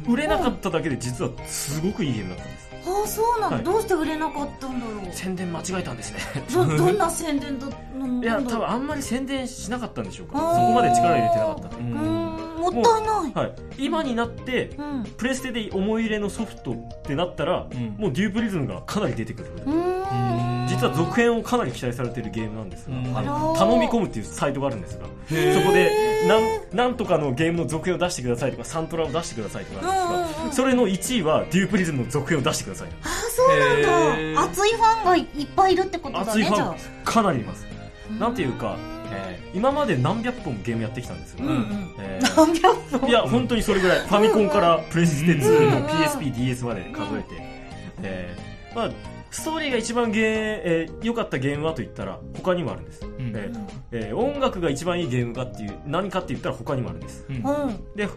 Speaker 3: 売れなかっただけで実はすごくいいゲームだったんです
Speaker 5: あそうな
Speaker 3: は
Speaker 5: の
Speaker 3: い
Speaker 5: どうして売れなかったんだろう
Speaker 3: 宣伝間違えたんですね
Speaker 5: どどんな宣伝だなん
Speaker 3: い
Speaker 5: だ
Speaker 3: や
Speaker 5: ろう
Speaker 3: 多分あんまり宣伝しなかったんでしょうか
Speaker 5: あー
Speaker 3: そこまで力入れてなかったんで
Speaker 5: う
Speaker 4: ー
Speaker 5: ーんもったいない
Speaker 3: はい、今になって
Speaker 5: うん
Speaker 3: プレステで思い入れのソフトってなったら、
Speaker 4: うん
Speaker 3: もうデュープリズムがかなり出てくるぐらい、
Speaker 5: うーん
Speaker 3: 実は続編をかなり期待されてるゲームなんですが、
Speaker 4: うん
Speaker 3: あ
Speaker 5: あ
Speaker 3: の
Speaker 5: ら
Speaker 3: 頼み込むっていうサイトがあるんですがそ
Speaker 4: へー
Speaker 3: こでなんなんとかのゲームの続編を出してくださいとかサントラを出してくださいとかあるんです
Speaker 5: うんう
Speaker 3: が、
Speaker 5: んうん
Speaker 3: それの1位はデュープリズムの続編を出してください
Speaker 5: あそうなん
Speaker 4: へ
Speaker 5: だ
Speaker 4: ー
Speaker 5: 熱いファンがいっぱいいるってことだ
Speaker 3: 熱い
Speaker 5: ね
Speaker 3: フ
Speaker 5: じ
Speaker 3: ァ
Speaker 5: ゃ
Speaker 3: ンかなりいます
Speaker 5: あ
Speaker 3: なんていうか、えー今まで何百本ゲームやってきたんですが、
Speaker 5: うんうん
Speaker 3: えー
Speaker 5: 何百本
Speaker 3: いや本当にそれぐらいファミコンからプレステ
Speaker 5: う
Speaker 3: 2
Speaker 5: ん
Speaker 3: の PSPDS まで数えて、えーまあ、ストーリーが一番ゲーえー良かったゲームはと言ったら他にもあるんです、
Speaker 4: ん
Speaker 3: えーえー音楽が一番いいゲームかっていう何かって言ったら他にもあるんです
Speaker 4: うん
Speaker 5: うん
Speaker 3: で、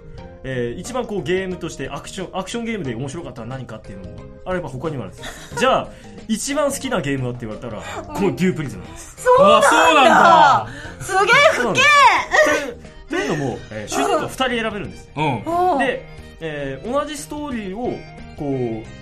Speaker 3: えー一番こうゲームとしてアクションアクションゲームで面白かったのは何かっていうのもあれば他にもあるんですじゃあ一番好きなゲームはって言われたらこのデュープリズムなんです
Speaker 5: そう
Speaker 4: あそうな
Speaker 5: す
Speaker 4: んだ
Speaker 5: げえ
Speaker 3: そうなんですというというのも、えー主人公2人選べるんです
Speaker 4: うん
Speaker 5: おー
Speaker 3: で、えー同じストーリーをこ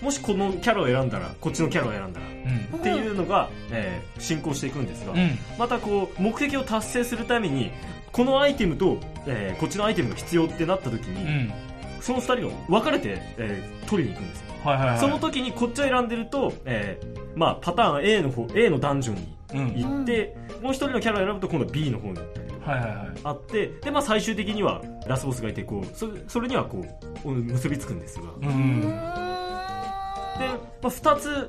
Speaker 3: うもしこのキャラを選んだらこっちのキャラを選んだら
Speaker 4: うん
Speaker 3: っていうのが、えー進行していくんですが、
Speaker 4: うん
Speaker 3: またこう目的を達成するためにこのアイテムと、えーこっちのアイテムが必要ってなった時
Speaker 4: う
Speaker 3: に、
Speaker 4: ん
Speaker 3: その2人が分かれて、えー取りに行くんですよ、
Speaker 4: はいはいはい
Speaker 3: その時にこっちを選んでると、えーまあ、パターン A の方 A のダンジョンに
Speaker 4: うん
Speaker 3: 行って、もう1人のキャラを選ぶと今度は B の方に行ったりとか
Speaker 4: はいはいはい
Speaker 3: あってで、まあ、最終的にはラスボスがいてこうそれそれにはこううん結びつくんですが
Speaker 4: う
Speaker 5: うー
Speaker 4: ん
Speaker 3: で、まあ、2つ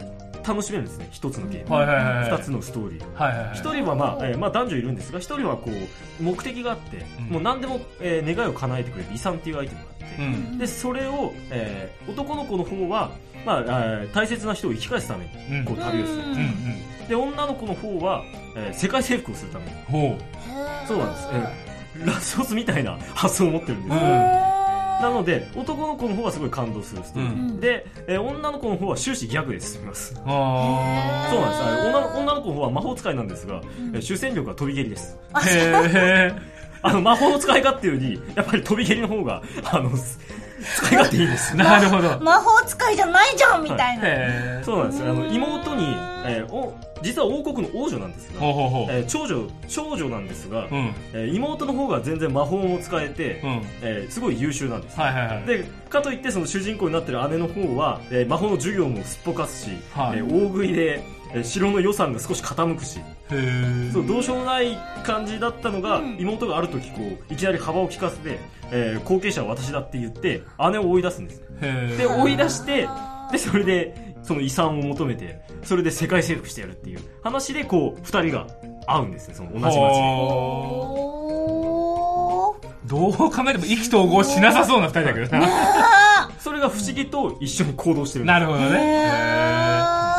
Speaker 3: 楽しめるんですね1つのゲーム、
Speaker 4: はいはいはいはい
Speaker 3: 2つのストーリーを。
Speaker 4: はいはいはい
Speaker 3: 1人は、まあえーまあ、男女いるんですが1人はこう目的があって、
Speaker 4: うん
Speaker 3: もう何でも、えー願いを叶えてくれる遺産っていうアイテムがあって、
Speaker 4: うん
Speaker 3: でそれを、えー男の子の方は、まあ、えー大切な人を生き返すために
Speaker 4: うん
Speaker 3: こう旅をする、
Speaker 5: うん
Speaker 4: うんうん
Speaker 3: で女の子の方は、えー世界征服をするために
Speaker 4: ほ
Speaker 5: ん
Speaker 3: そうなんです、えーラスボスみたいな発想を持ってるんです、
Speaker 4: う
Speaker 5: へー
Speaker 3: なので男の子の方はすごい感動するストーリー、
Speaker 4: うん
Speaker 3: で、えー女の子の方は終始ギャグで進みます
Speaker 4: うあ
Speaker 3: そうなんですあれ女の女の子の方は魔法使いなんですが、
Speaker 5: ん
Speaker 3: えー主戦力は飛び蹴りです
Speaker 4: ーへ
Speaker 3: あの魔法の使い勝手よりやっぱり飛び蹴りの方があのす使い勝手いいです
Speaker 4: えなる <laughs> ほど
Speaker 5: 魔法使いじゃないじゃんみたいな、
Speaker 4: へえ
Speaker 3: そうなんですよあの妹に、えーお実は王国の王女なんです
Speaker 4: ほう
Speaker 3: が、
Speaker 4: ほうほ
Speaker 3: えー長女長女なんですが、
Speaker 4: ううん
Speaker 3: えー妹の方が全然魔法も使えて、
Speaker 4: うん
Speaker 3: えーすごい優秀なんです
Speaker 4: はいはいはい
Speaker 3: でかといってその主人公になってる姉の方は、えー魔法の授業もすっぽかすし、
Speaker 4: はい
Speaker 3: えー大食いで、えー城の予算が少し傾くし、
Speaker 4: へえ
Speaker 3: そうどうしようもない感じだったのが、
Speaker 5: うん
Speaker 3: 妹がある時こういきなり幅を利かせて、えー後継者は私だって言って姉を追い出すんですね
Speaker 4: へ
Speaker 3: で
Speaker 4: え
Speaker 3: 追い出して
Speaker 5: あー
Speaker 3: でそれでその遺産を求めてそれで世界征服してやるっていう話でこう2人が会うんですねその同じ街で
Speaker 4: ほ
Speaker 5: おー
Speaker 4: うどう考えても意気投合しなさそうな二人だけどな
Speaker 5: あ
Speaker 3: それが不思議と一緒に行動してるんで
Speaker 4: な
Speaker 3: す
Speaker 4: るほどね
Speaker 5: へ
Speaker 4: へ
Speaker 5: ー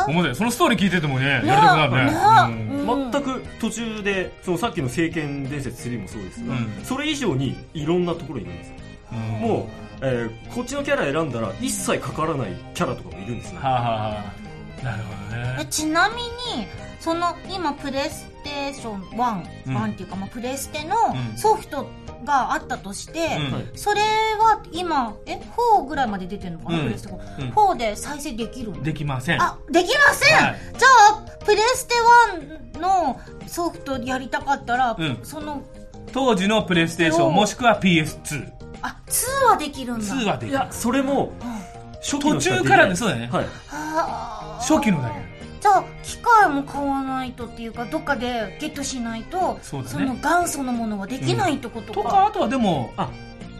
Speaker 4: え面白いそのストーリー聞いててもねやりたくな
Speaker 5: な
Speaker 4: るね
Speaker 5: うん
Speaker 3: 全く途中でそのさっきの「聖剣伝説3」もそうですが、
Speaker 4: うん
Speaker 3: それ以上にいろんなところにいるんですよ
Speaker 4: うんうん
Speaker 3: もう、えーこっちのキャラ選んだら一切かからないキャラとかもいるんですね
Speaker 4: はあはあはあなるほど
Speaker 5: え
Speaker 4: ね
Speaker 5: ちなみにその今プレイステーション1、
Speaker 4: うん
Speaker 5: 1っていうか、まあ、プレステの
Speaker 4: うん
Speaker 5: ソフトがあったとして、
Speaker 4: うん
Speaker 3: はい
Speaker 5: それは今え4ぐらいまで出てるのかな、
Speaker 4: うん
Speaker 5: プレステ4、
Speaker 4: うん
Speaker 5: 4で再生できるの
Speaker 4: できません
Speaker 5: あできません、
Speaker 4: はい
Speaker 5: じゃあプレステ1のソフトやりたかったら、
Speaker 4: うん
Speaker 5: その
Speaker 4: 当時のプレイステーションもしくは PS22
Speaker 5: あ2はできるんだ
Speaker 4: はで
Speaker 3: い
Speaker 4: きる
Speaker 3: やそれも初期の
Speaker 4: 途
Speaker 3: しで
Speaker 4: 中
Speaker 3: き
Speaker 4: か
Speaker 3: ない
Speaker 4: らねそうだね
Speaker 3: はい、
Speaker 5: あー
Speaker 4: 初期のだけ
Speaker 5: じゃあ機械も買わないとっていうかどっかでゲットしないと
Speaker 4: そうだね
Speaker 5: の元祖のものはできないってこと
Speaker 4: と
Speaker 5: か、
Speaker 4: かあとはでも
Speaker 3: あ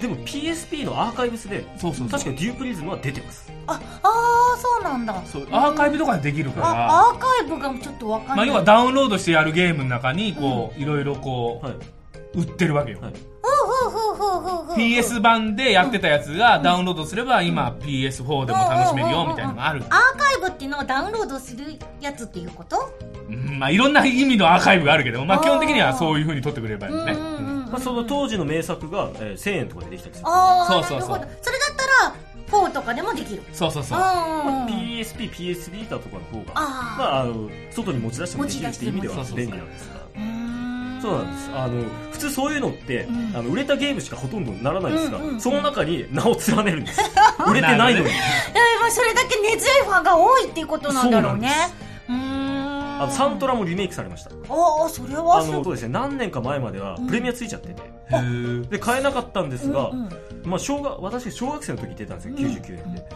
Speaker 3: でも PSP のアーカイブスで
Speaker 4: そうそうそう
Speaker 3: 確かデュープリズムは出てます
Speaker 5: ああーそうなんだ
Speaker 4: そうアーカイブとかでできるから
Speaker 5: あアーカイブがちょっとわかん
Speaker 4: ま
Speaker 5: な
Speaker 4: あ、
Speaker 5: い、
Speaker 4: 要はダウンロードしてやるゲームの中にこう、いろいろこう、
Speaker 3: はい
Speaker 4: 売ってるわけよ、
Speaker 3: はい
Speaker 5: ふうふうふうふうふう
Speaker 4: PS 版でやってたやつがダウンロードすれば今 PS4 でも楽しめるよみたいなのがある
Speaker 5: アーカイブっていうのはダウンロードするやつっていうこと
Speaker 4: うんまあいろんな意味のアーカイブがあるけどまあ基本的にはそういう風に撮ってくれればいいのね
Speaker 5: ん
Speaker 3: まあ、その当時の名作が、えー1000円とかでできたりする
Speaker 5: ああ
Speaker 4: そうそうそう
Speaker 5: なるほどそれだったら4とかでもできる
Speaker 4: そうそうそう
Speaker 5: あ
Speaker 3: PSP、PS ビータとかの方が、
Speaker 5: あー
Speaker 3: まあ、あの、外に持ち出してもできるっていう意味では
Speaker 4: 持ち出しても
Speaker 3: 便利なんですが。
Speaker 5: うん
Speaker 3: そうなんです。あの、普通そういうのって、
Speaker 5: うん
Speaker 3: あの、売れたゲームしかほとんどならないですが、
Speaker 5: うんうんうん
Speaker 3: その中に名を連ねるん
Speaker 5: <laughs>
Speaker 3: です。売れてないのに。
Speaker 5: いやまあそれだけ根強いファンが多いっていうことなんだろうねうーん
Speaker 3: あの、サントラもリメイクされました。
Speaker 5: ああそれは
Speaker 3: あ
Speaker 5: す
Speaker 3: の、そ
Speaker 5: ご
Speaker 3: う
Speaker 5: い
Speaker 3: ですね、何年か前まではプレミアついちゃってて。
Speaker 4: へー
Speaker 3: で、買えなかったんですが、
Speaker 5: うんうん
Speaker 3: まあ、小学私小学生の時に出たんですよ
Speaker 5: うん
Speaker 3: 99年で、で、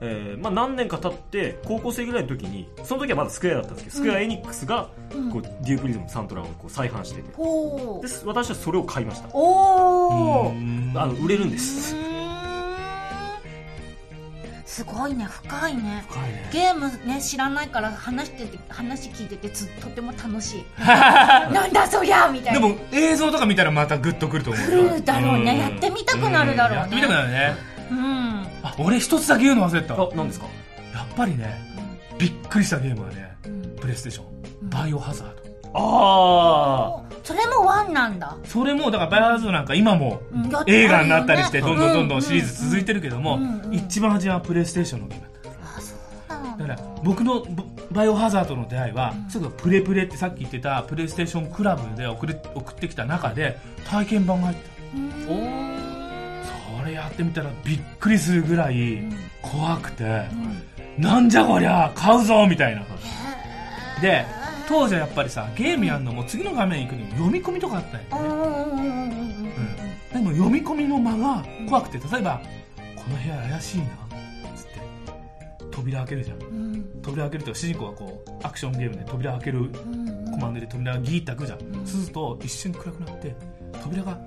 Speaker 3: えーまあ、何年か経って高校生ぐらいの時にその時はまだスクエアだったんですけど、スクエアエニックスが
Speaker 5: うん
Speaker 3: こうデュークリズムのサントラをこう再販してて
Speaker 5: ほう
Speaker 3: です私はそれを買いました
Speaker 5: お
Speaker 4: う
Speaker 5: ー
Speaker 4: ん
Speaker 3: あの売れるんで
Speaker 5: う
Speaker 3: す
Speaker 5: ーんすごいね深いね
Speaker 4: 深いね
Speaker 5: ゲームね知らないから話してて話聞いててつとても楽しいなんだそりゃみたい
Speaker 4: で
Speaker 5: な
Speaker 4: も映像とか見たらまたグッとくると思うよ
Speaker 5: 来るだろうね
Speaker 4: ん
Speaker 5: やってみたくなるだろうね
Speaker 4: やってみたくなるね
Speaker 5: うん
Speaker 4: あ俺一つだけ言うの忘れてた
Speaker 3: あ何ですか
Speaker 4: やっぱりねびっくりしたゲームはね
Speaker 5: うん
Speaker 4: プレイステーショ
Speaker 5: うん
Speaker 4: ンバイオハザード
Speaker 3: あ
Speaker 5: それもワンなんだ
Speaker 4: それもだからバイオハザードなんか今も
Speaker 5: うんやっ
Speaker 4: 映画になったりして
Speaker 5: ある
Speaker 4: ど
Speaker 5: よ
Speaker 4: ん
Speaker 5: ね
Speaker 4: どんどんどんシリーズ続いてるけども
Speaker 5: うんうん
Speaker 4: 一番初めはプレイステーションのゲームだった
Speaker 5: あそうなん
Speaker 4: だから僕のブバイオハザードの出会いは
Speaker 5: うん
Speaker 4: すぐプレプレってさっき言ってたプレイステーションクラブで送れ送ってきた中で体験版が入って
Speaker 5: うん
Speaker 3: お
Speaker 4: たそれやってみたらびっくりするぐらい
Speaker 5: うん
Speaker 4: 怖くて
Speaker 5: うん
Speaker 4: なんじゃこりゃ買うぞみたいな
Speaker 5: へー
Speaker 4: で当時はやっぱりさゲームやるのも次の画面行くのに読み込みとかあったんや
Speaker 5: うんうんうんうんうん
Speaker 4: でも読み込みの間が怖くて例えば「この部屋怪しいな」っつって扉開けるじゃん
Speaker 5: うんうん
Speaker 4: 扉開けると主人公がこうアクションゲームで扉開ける
Speaker 5: うん
Speaker 4: コマンドで扉がギーッて開くじゃん、すると一瞬暗くなって扉が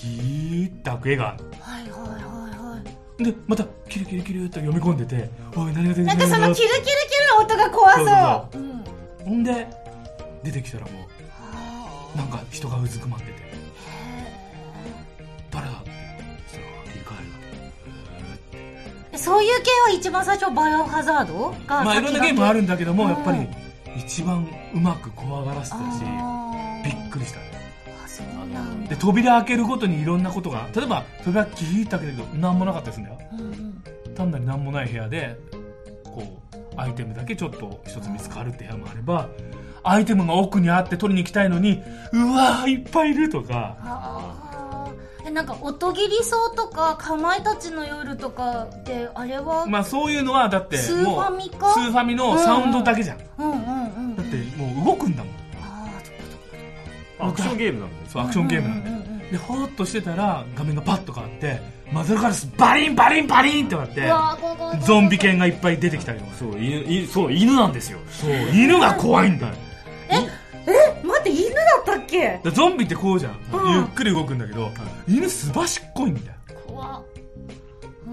Speaker 4: ギーッて開く絵がある
Speaker 5: はいはいはいはい
Speaker 4: でまたキルキルキルっと読み込んでて「おい何が出てき
Speaker 5: な
Speaker 4: た
Speaker 5: んかそのキルキルキル音が
Speaker 4: そうそ
Speaker 5: 怖そううん
Speaker 4: ほんで出てきたらも
Speaker 5: あ
Speaker 4: うなんか人がうずくまってて
Speaker 5: ーへ
Speaker 4: 誰だってそしたら理解が
Speaker 5: ーそういう系は一番最初バイオハザードが
Speaker 4: まあいろんなゲームあ
Speaker 5: る
Speaker 4: るんだけども、
Speaker 5: うん
Speaker 4: やっぱり一番うまく怖がらせてたし、びっくりしたね。
Speaker 5: あそうなんだ
Speaker 4: で、扉開けるごとにいろんなことが、例えば扉ギーッと開けるけど、なんもなかったりするんだよ。
Speaker 5: うんうん
Speaker 4: 単なるなんもない部屋で、こう、アイテムだけちょっと一つ見つかるって部屋もあれば、アイテムが奥にあって取りに行きたいのに、うわーいっぱいいるとか、
Speaker 5: あーえなんか音切り草とかかまいたちの夜とかってあれは、
Speaker 4: まあそういうのはだって、
Speaker 5: スーファミか
Speaker 4: スーファミのサウンドだけじゃん。だ
Speaker 5: うんうんうんうん
Speaker 4: ってもう動くんだもん。
Speaker 5: あーそっかそっか
Speaker 3: あアクションゲームなんで
Speaker 4: そう、アクションゲームなんで。
Speaker 5: うんうんうんうん
Speaker 4: でほーっとしてたら画面がパッと変わってマゼルガラスバリンバリンバリンってなっ
Speaker 5: うわ
Speaker 4: て
Speaker 5: ー怖い怖い怖い
Speaker 4: ゾンビ犬がいっぱい出てきたりとか
Speaker 3: そう犬犬そう犬なんですよ
Speaker 4: そう犬が怖いんだよ
Speaker 5: え待って犬だったっけ
Speaker 4: でゾンビってこうじゃん、
Speaker 5: うん
Speaker 4: ゆっくり動くんだけど、犬すばしっこいんだよ
Speaker 5: 怖っ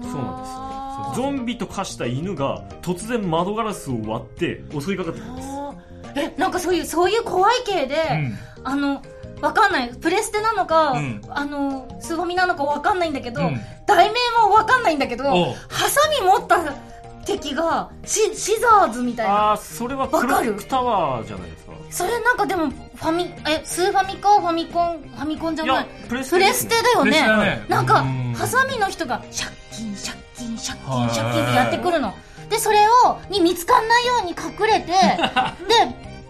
Speaker 3: そうなんです
Speaker 5: あー
Speaker 3: ゾンビと化した犬が突然窓ガラスを割って襲いかかってくるんです
Speaker 5: あーえなんかそういうそういう怖い系で、
Speaker 4: うん
Speaker 5: あのわかんないプレステなのか、
Speaker 4: うん
Speaker 5: あのスーファミなのかわかんないんだけど、
Speaker 4: うん
Speaker 5: 題名もわかんないんだけど
Speaker 4: おう
Speaker 5: ハサミ持った敵がシシザーズみたいな
Speaker 3: ああそれは
Speaker 5: わ
Speaker 3: クロ
Speaker 5: かる
Speaker 3: ックタワーじゃないですか
Speaker 5: それなんかでもファミえスーファミかファミコンファミコンじゃない
Speaker 3: いやプレス
Speaker 5: プ
Speaker 3: テ
Speaker 5: レ
Speaker 3: で
Speaker 5: ス
Speaker 3: すね
Speaker 5: テだよね
Speaker 4: プレステだね
Speaker 5: なんか
Speaker 4: うん
Speaker 5: ハサミの人が借金借金借
Speaker 4: はい
Speaker 5: 金借金ってやってくるのでそれをに見つかんないように隠
Speaker 4: <laughs>
Speaker 5: れてで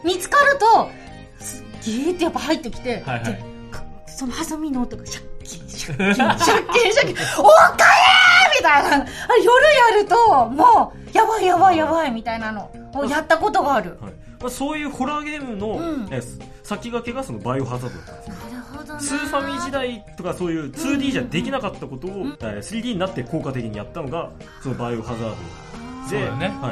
Speaker 5: 見つかるとすギーってやっぱ入ってきて、
Speaker 4: はいはい
Speaker 5: でかそのハサミの音が借金借金借
Speaker 4: <laughs>
Speaker 5: 金借金おかえーみたいなあれ夜やるともうやばいやばいやばいみたいなのをやったことがある
Speaker 3: はいまあ、そういうホラーゲームの、
Speaker 5: うん
Speaker 3: えー先駆けがそのバイオハザードだったんですよ
Speaker 5: なるほどな
Speaker 3: スーファミ時代とかそういう 2D じゃできなかったことを、えー 3D になって効果的にやったのがそのバイオハザード
Speaker 4: そうだよね
Speaker 3: は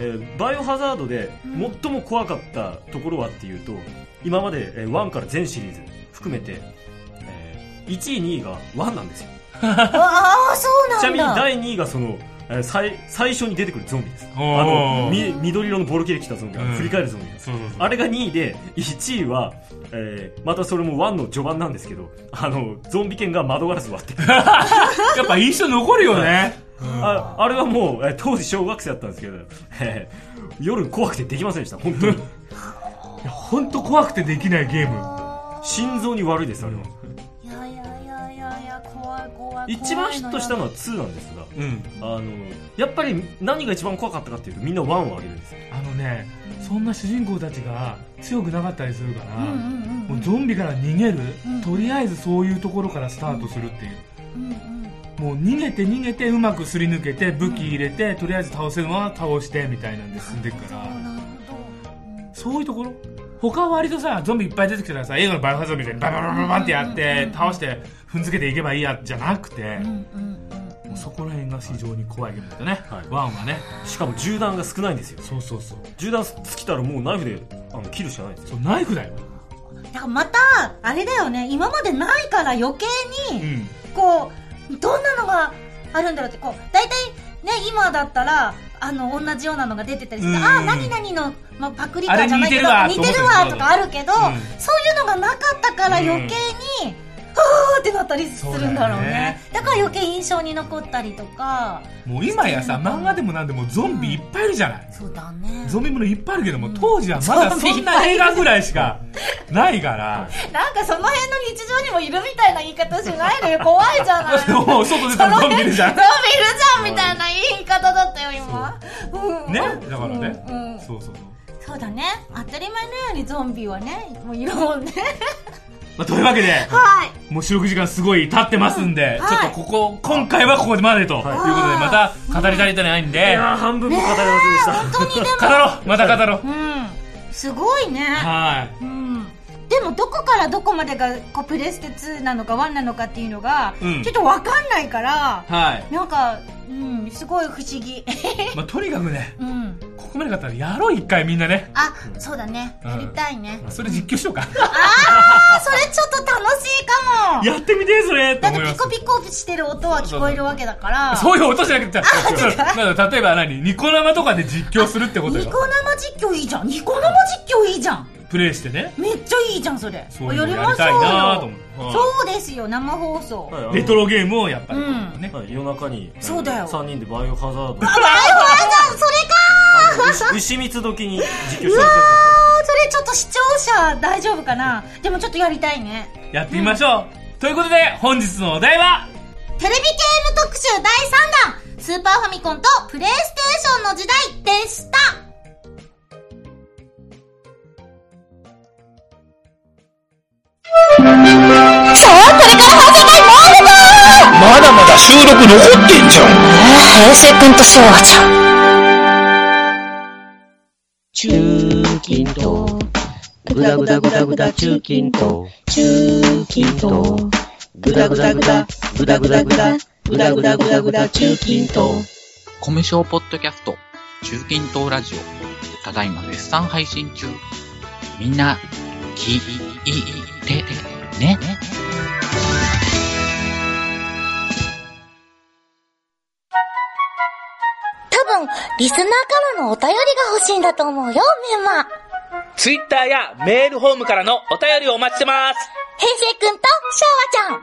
Speaker 3: い
Speaker 4: うん
Speaker 3: えーバイオハザードで
Speaker 5: うん
Speaker 3: 最も怖かったところはっていうと今まで、えー1から全シリーズ含めて、えー1位2位が1なんですよ
Speaker 5: ああそうなんだ
Speaker 3: ちなみに第2位がその、ええー最最初に出てくるゾンビですあ
Speaker 4: おー
Speaker 3: のみ緑色のボロキで来たゾンビが
Speaker 4: うん
Speaker 3: 振り返るゾンビです
Speaker 4: そうそうそう
Speaker 3: あれが2位で1位は、えーまたそれも1の序盤なんですけどあのゾンビ犬が窓ガラス割ってくる
Speaker 4: やっぱ印象残るよね。
Speaker 3: ああれはもう、えー当時小学生だったんですけど、えー夜怖くてできませんでした本当に
Speaker 4: いやほんと怖くてできないゲーム。
Speaker 3: 心臓に悪いですあれは、
Speaker 5: いやいやいやいやいや怖い怖い怖い
Speaker 3: 一番ヒットしたの
Speaker 5: は
Speaker 3: は2なんですが
Speaker 4: うん。
Speaker 3: あのやっぱり何が一番怖かったかっていうとみんな1を上げるんですよ
Speaker 4: あのね、そんな主人公たちが強くなかったりするから、
Speaker 5: うんうんう
Speaker 4: も
Speaker 5: ん
Speaker 4: うゾンビから逃げる、
Speaker 5: うん
Speaker 4: とりあえずそういうところからスタートするっていう。
Speaker 5: うんうん
Speaker 4: もう逃げて逃げてうまくすり抜けて武器入れて、とりあえず倒せるのは倒してみたいなんで進んでいくか
Speaker 5: あ
Speaker 4: ら
Speaker 5: なるほ
Speaker 4: そういうところ他は割とさゾンビいっぱい出てきたらさ映画のバイオハザードみたいにバンバンバンバンバンってやって倒して踏んづけていけばいいやじゃなくて、
Speaker 5: どう
Speaker 4: も
Speaker 5: んうん
Speaker 4: うそこら辺が非常に怖いゲームだったね、
Speaker 3: はい
Speaker 4: ワンはね
Speaker 3: しかも銃弾が少ないんですよ
Speaker 4: そうそうそう
Speaker 3: 銃弾尽きたらもうナイフであの切るしかないんです
Speaker 4: そ
Speaker 3: よ
Speaker 4: うナイフだよ
Speaker 5: だからまたあれだよね今までないから余計
Speaker 4: う
Speaker 5: に
Speaker 4: ん
Speaker 5: こうどんなのがあるんだろうってこう大体ね今だったらあの同じようなのが出てたりして、
Speaker 4: うん
Speaker 5: ああ何々の、まあ、パクリかじゃないけど
Speaker 4: あれ
Speaker 5: 似
Speaker 4: 似て
Speaker 5: て
Speaker 4: る
Speaker 5: る
Speaker 4: わ
Speaker 5: わ
Speaker 4: と思って
Speaker 5: とかあるけど、
Speaker 4: うん
Speaker 5: そういうのがなかったから余計に、はあってなったりするんだろう
Speaker 4: そうだよね
Speaker 5: ねだから余計印象に残ったりとか
Speaker 4: もう今やさ漫画でも何でもゾンビいっぱいいるじゃない、
Speaker 5: そうだね
Speaker 4: ゾンビものいっぱいあるけども当時はまだそんな映画ぐらいしかないから
Speaker 5: なんかその辺の日常にもいるみたいな言い方しないの
Speaker 4: <laughs>
Speaker 5: よ怖いじゃない
Speaker 4: もう外出たらゾンビいるじゃ
Speaker 5: ゾ
Speaker 4: ん
Speaker 5: ンビいるじゃんみたいな言い方だったよ今う、ん、
Speaker 4: ねだからね、
Speaker 5: うんうん
Speaker 4: そうそうそう、
Speaker 5: そうだね当たり前のようにゾンビはねもういるもんね
Speaker 4: まあ、というわけで、
Speaker 5: <laughs> はい
Speaker 4: もう収録時間すごい経ってますんで、
Speaker 5: うんはい
Speaker 4: ちょっとここ今回はここまでと、
Speaker 3: はい
Speaker 4: ということでまた語り足りてないん
Speaker 3: い
Speaker 4: で、
Speaker 3: やー半分も語れませんでした
Speaker 5: 本当にで
Speaker 4: 語ろうまた語ろう、
Speaker 5: もうんすごいね
Speaker 4: は
Speaker 5: う
Speaker 4: い
Speaker 5: んでもどこからどこまでがこうプレステ2なのか1なのかっていうのが、
Speaker 4: うん
Speaker 5: ちょっとわかんないから
Speaker 4: はい、
Speaker 5: なんかうんすごい不思議 <laughs>
Speaker 4: まあ、とにかくね
Speaker 5: うん
Speaker 4: ここまで語ったらやろう一回みんなね
Speaker 5: あそうだねやりたいね、
Speaker 4: それ実況しようか <laughs>
Speaker 5: あそれちょっと楽しいかも
Speaker 4: やってみてえそれと
Speaker 5: だって
Speaker 4: 思いま
Speaker 5: ピ
Speaker 4: す
Speaker 5: コピコしてる音は聞こえるわけだから
Speaker 4: そういう音じゃなくてなんか例えば何ニコ生とかで実況するってこと
Speaker 5: ニ
Speaker 4: よ
Speaker 5: コ生実況いいじゃんニコ生実況いいじゃん
Speaker 4: プレイしてね
Speaker 5: めっちゃいいじゃんそれ
Speaker 4: そういうのやりたい
Speaker 5: や
Speaker 4: な
Speaker 5: りま
Speaker 4: と
Speaker 5: しょ
Speaker 4: 思
Speaker 5: う
Speaker 4: う
Speaker 5: よ
Speaker 4: はい
Speaker 5: そうですよ生放送、
Speaker 3: はいあの
Speaker 4: レトロゲームをやっぱり
Speaker 5: うん
Speaker 4: ね
Speaker 3: はい夜中に
Speaker 5: そうだよ
Speaker 3: 3人でバイオハザード
Speaker 5: ああそれか
Speaker 3: あの牛蜜時に実況してるんです
Speaker 5: ー
Speaker 3: よ
Speaker 5: それちょっと視聴者大丈夫かなでもちょっとやりたいね
Speaker 4: やってみましょうということで本日のお題は
Speaker 5: テレビゲーム特集第3弾スーパーファミコンとプレイステーションの時代でした
Speaker 1: さあ、これから放送回モールだ
Speaker 6: まだまだ収録残ってんじゃん
Speaker 1: 平成くんと昭和ちゃん。
Speaker 7: 中近東ぐだぐだぐだぐだ中近東中近東ぐだぐだぐだぐだぐだぐだぐだぐだぐだぐだ中近東
Speaker 8: コミショポッドキャスト、中近東ラジオ、ただいま絶賛配信中。みんな、聞いてね。
Speaker 1: 多分、リスナーからのお便りが欲しいんだと思うよ、メンマ。平
Speaker 6: ツイッターやメールホームからのお便りをお待ちしてます
Speaker 1: 成くんと昭和ちゃん。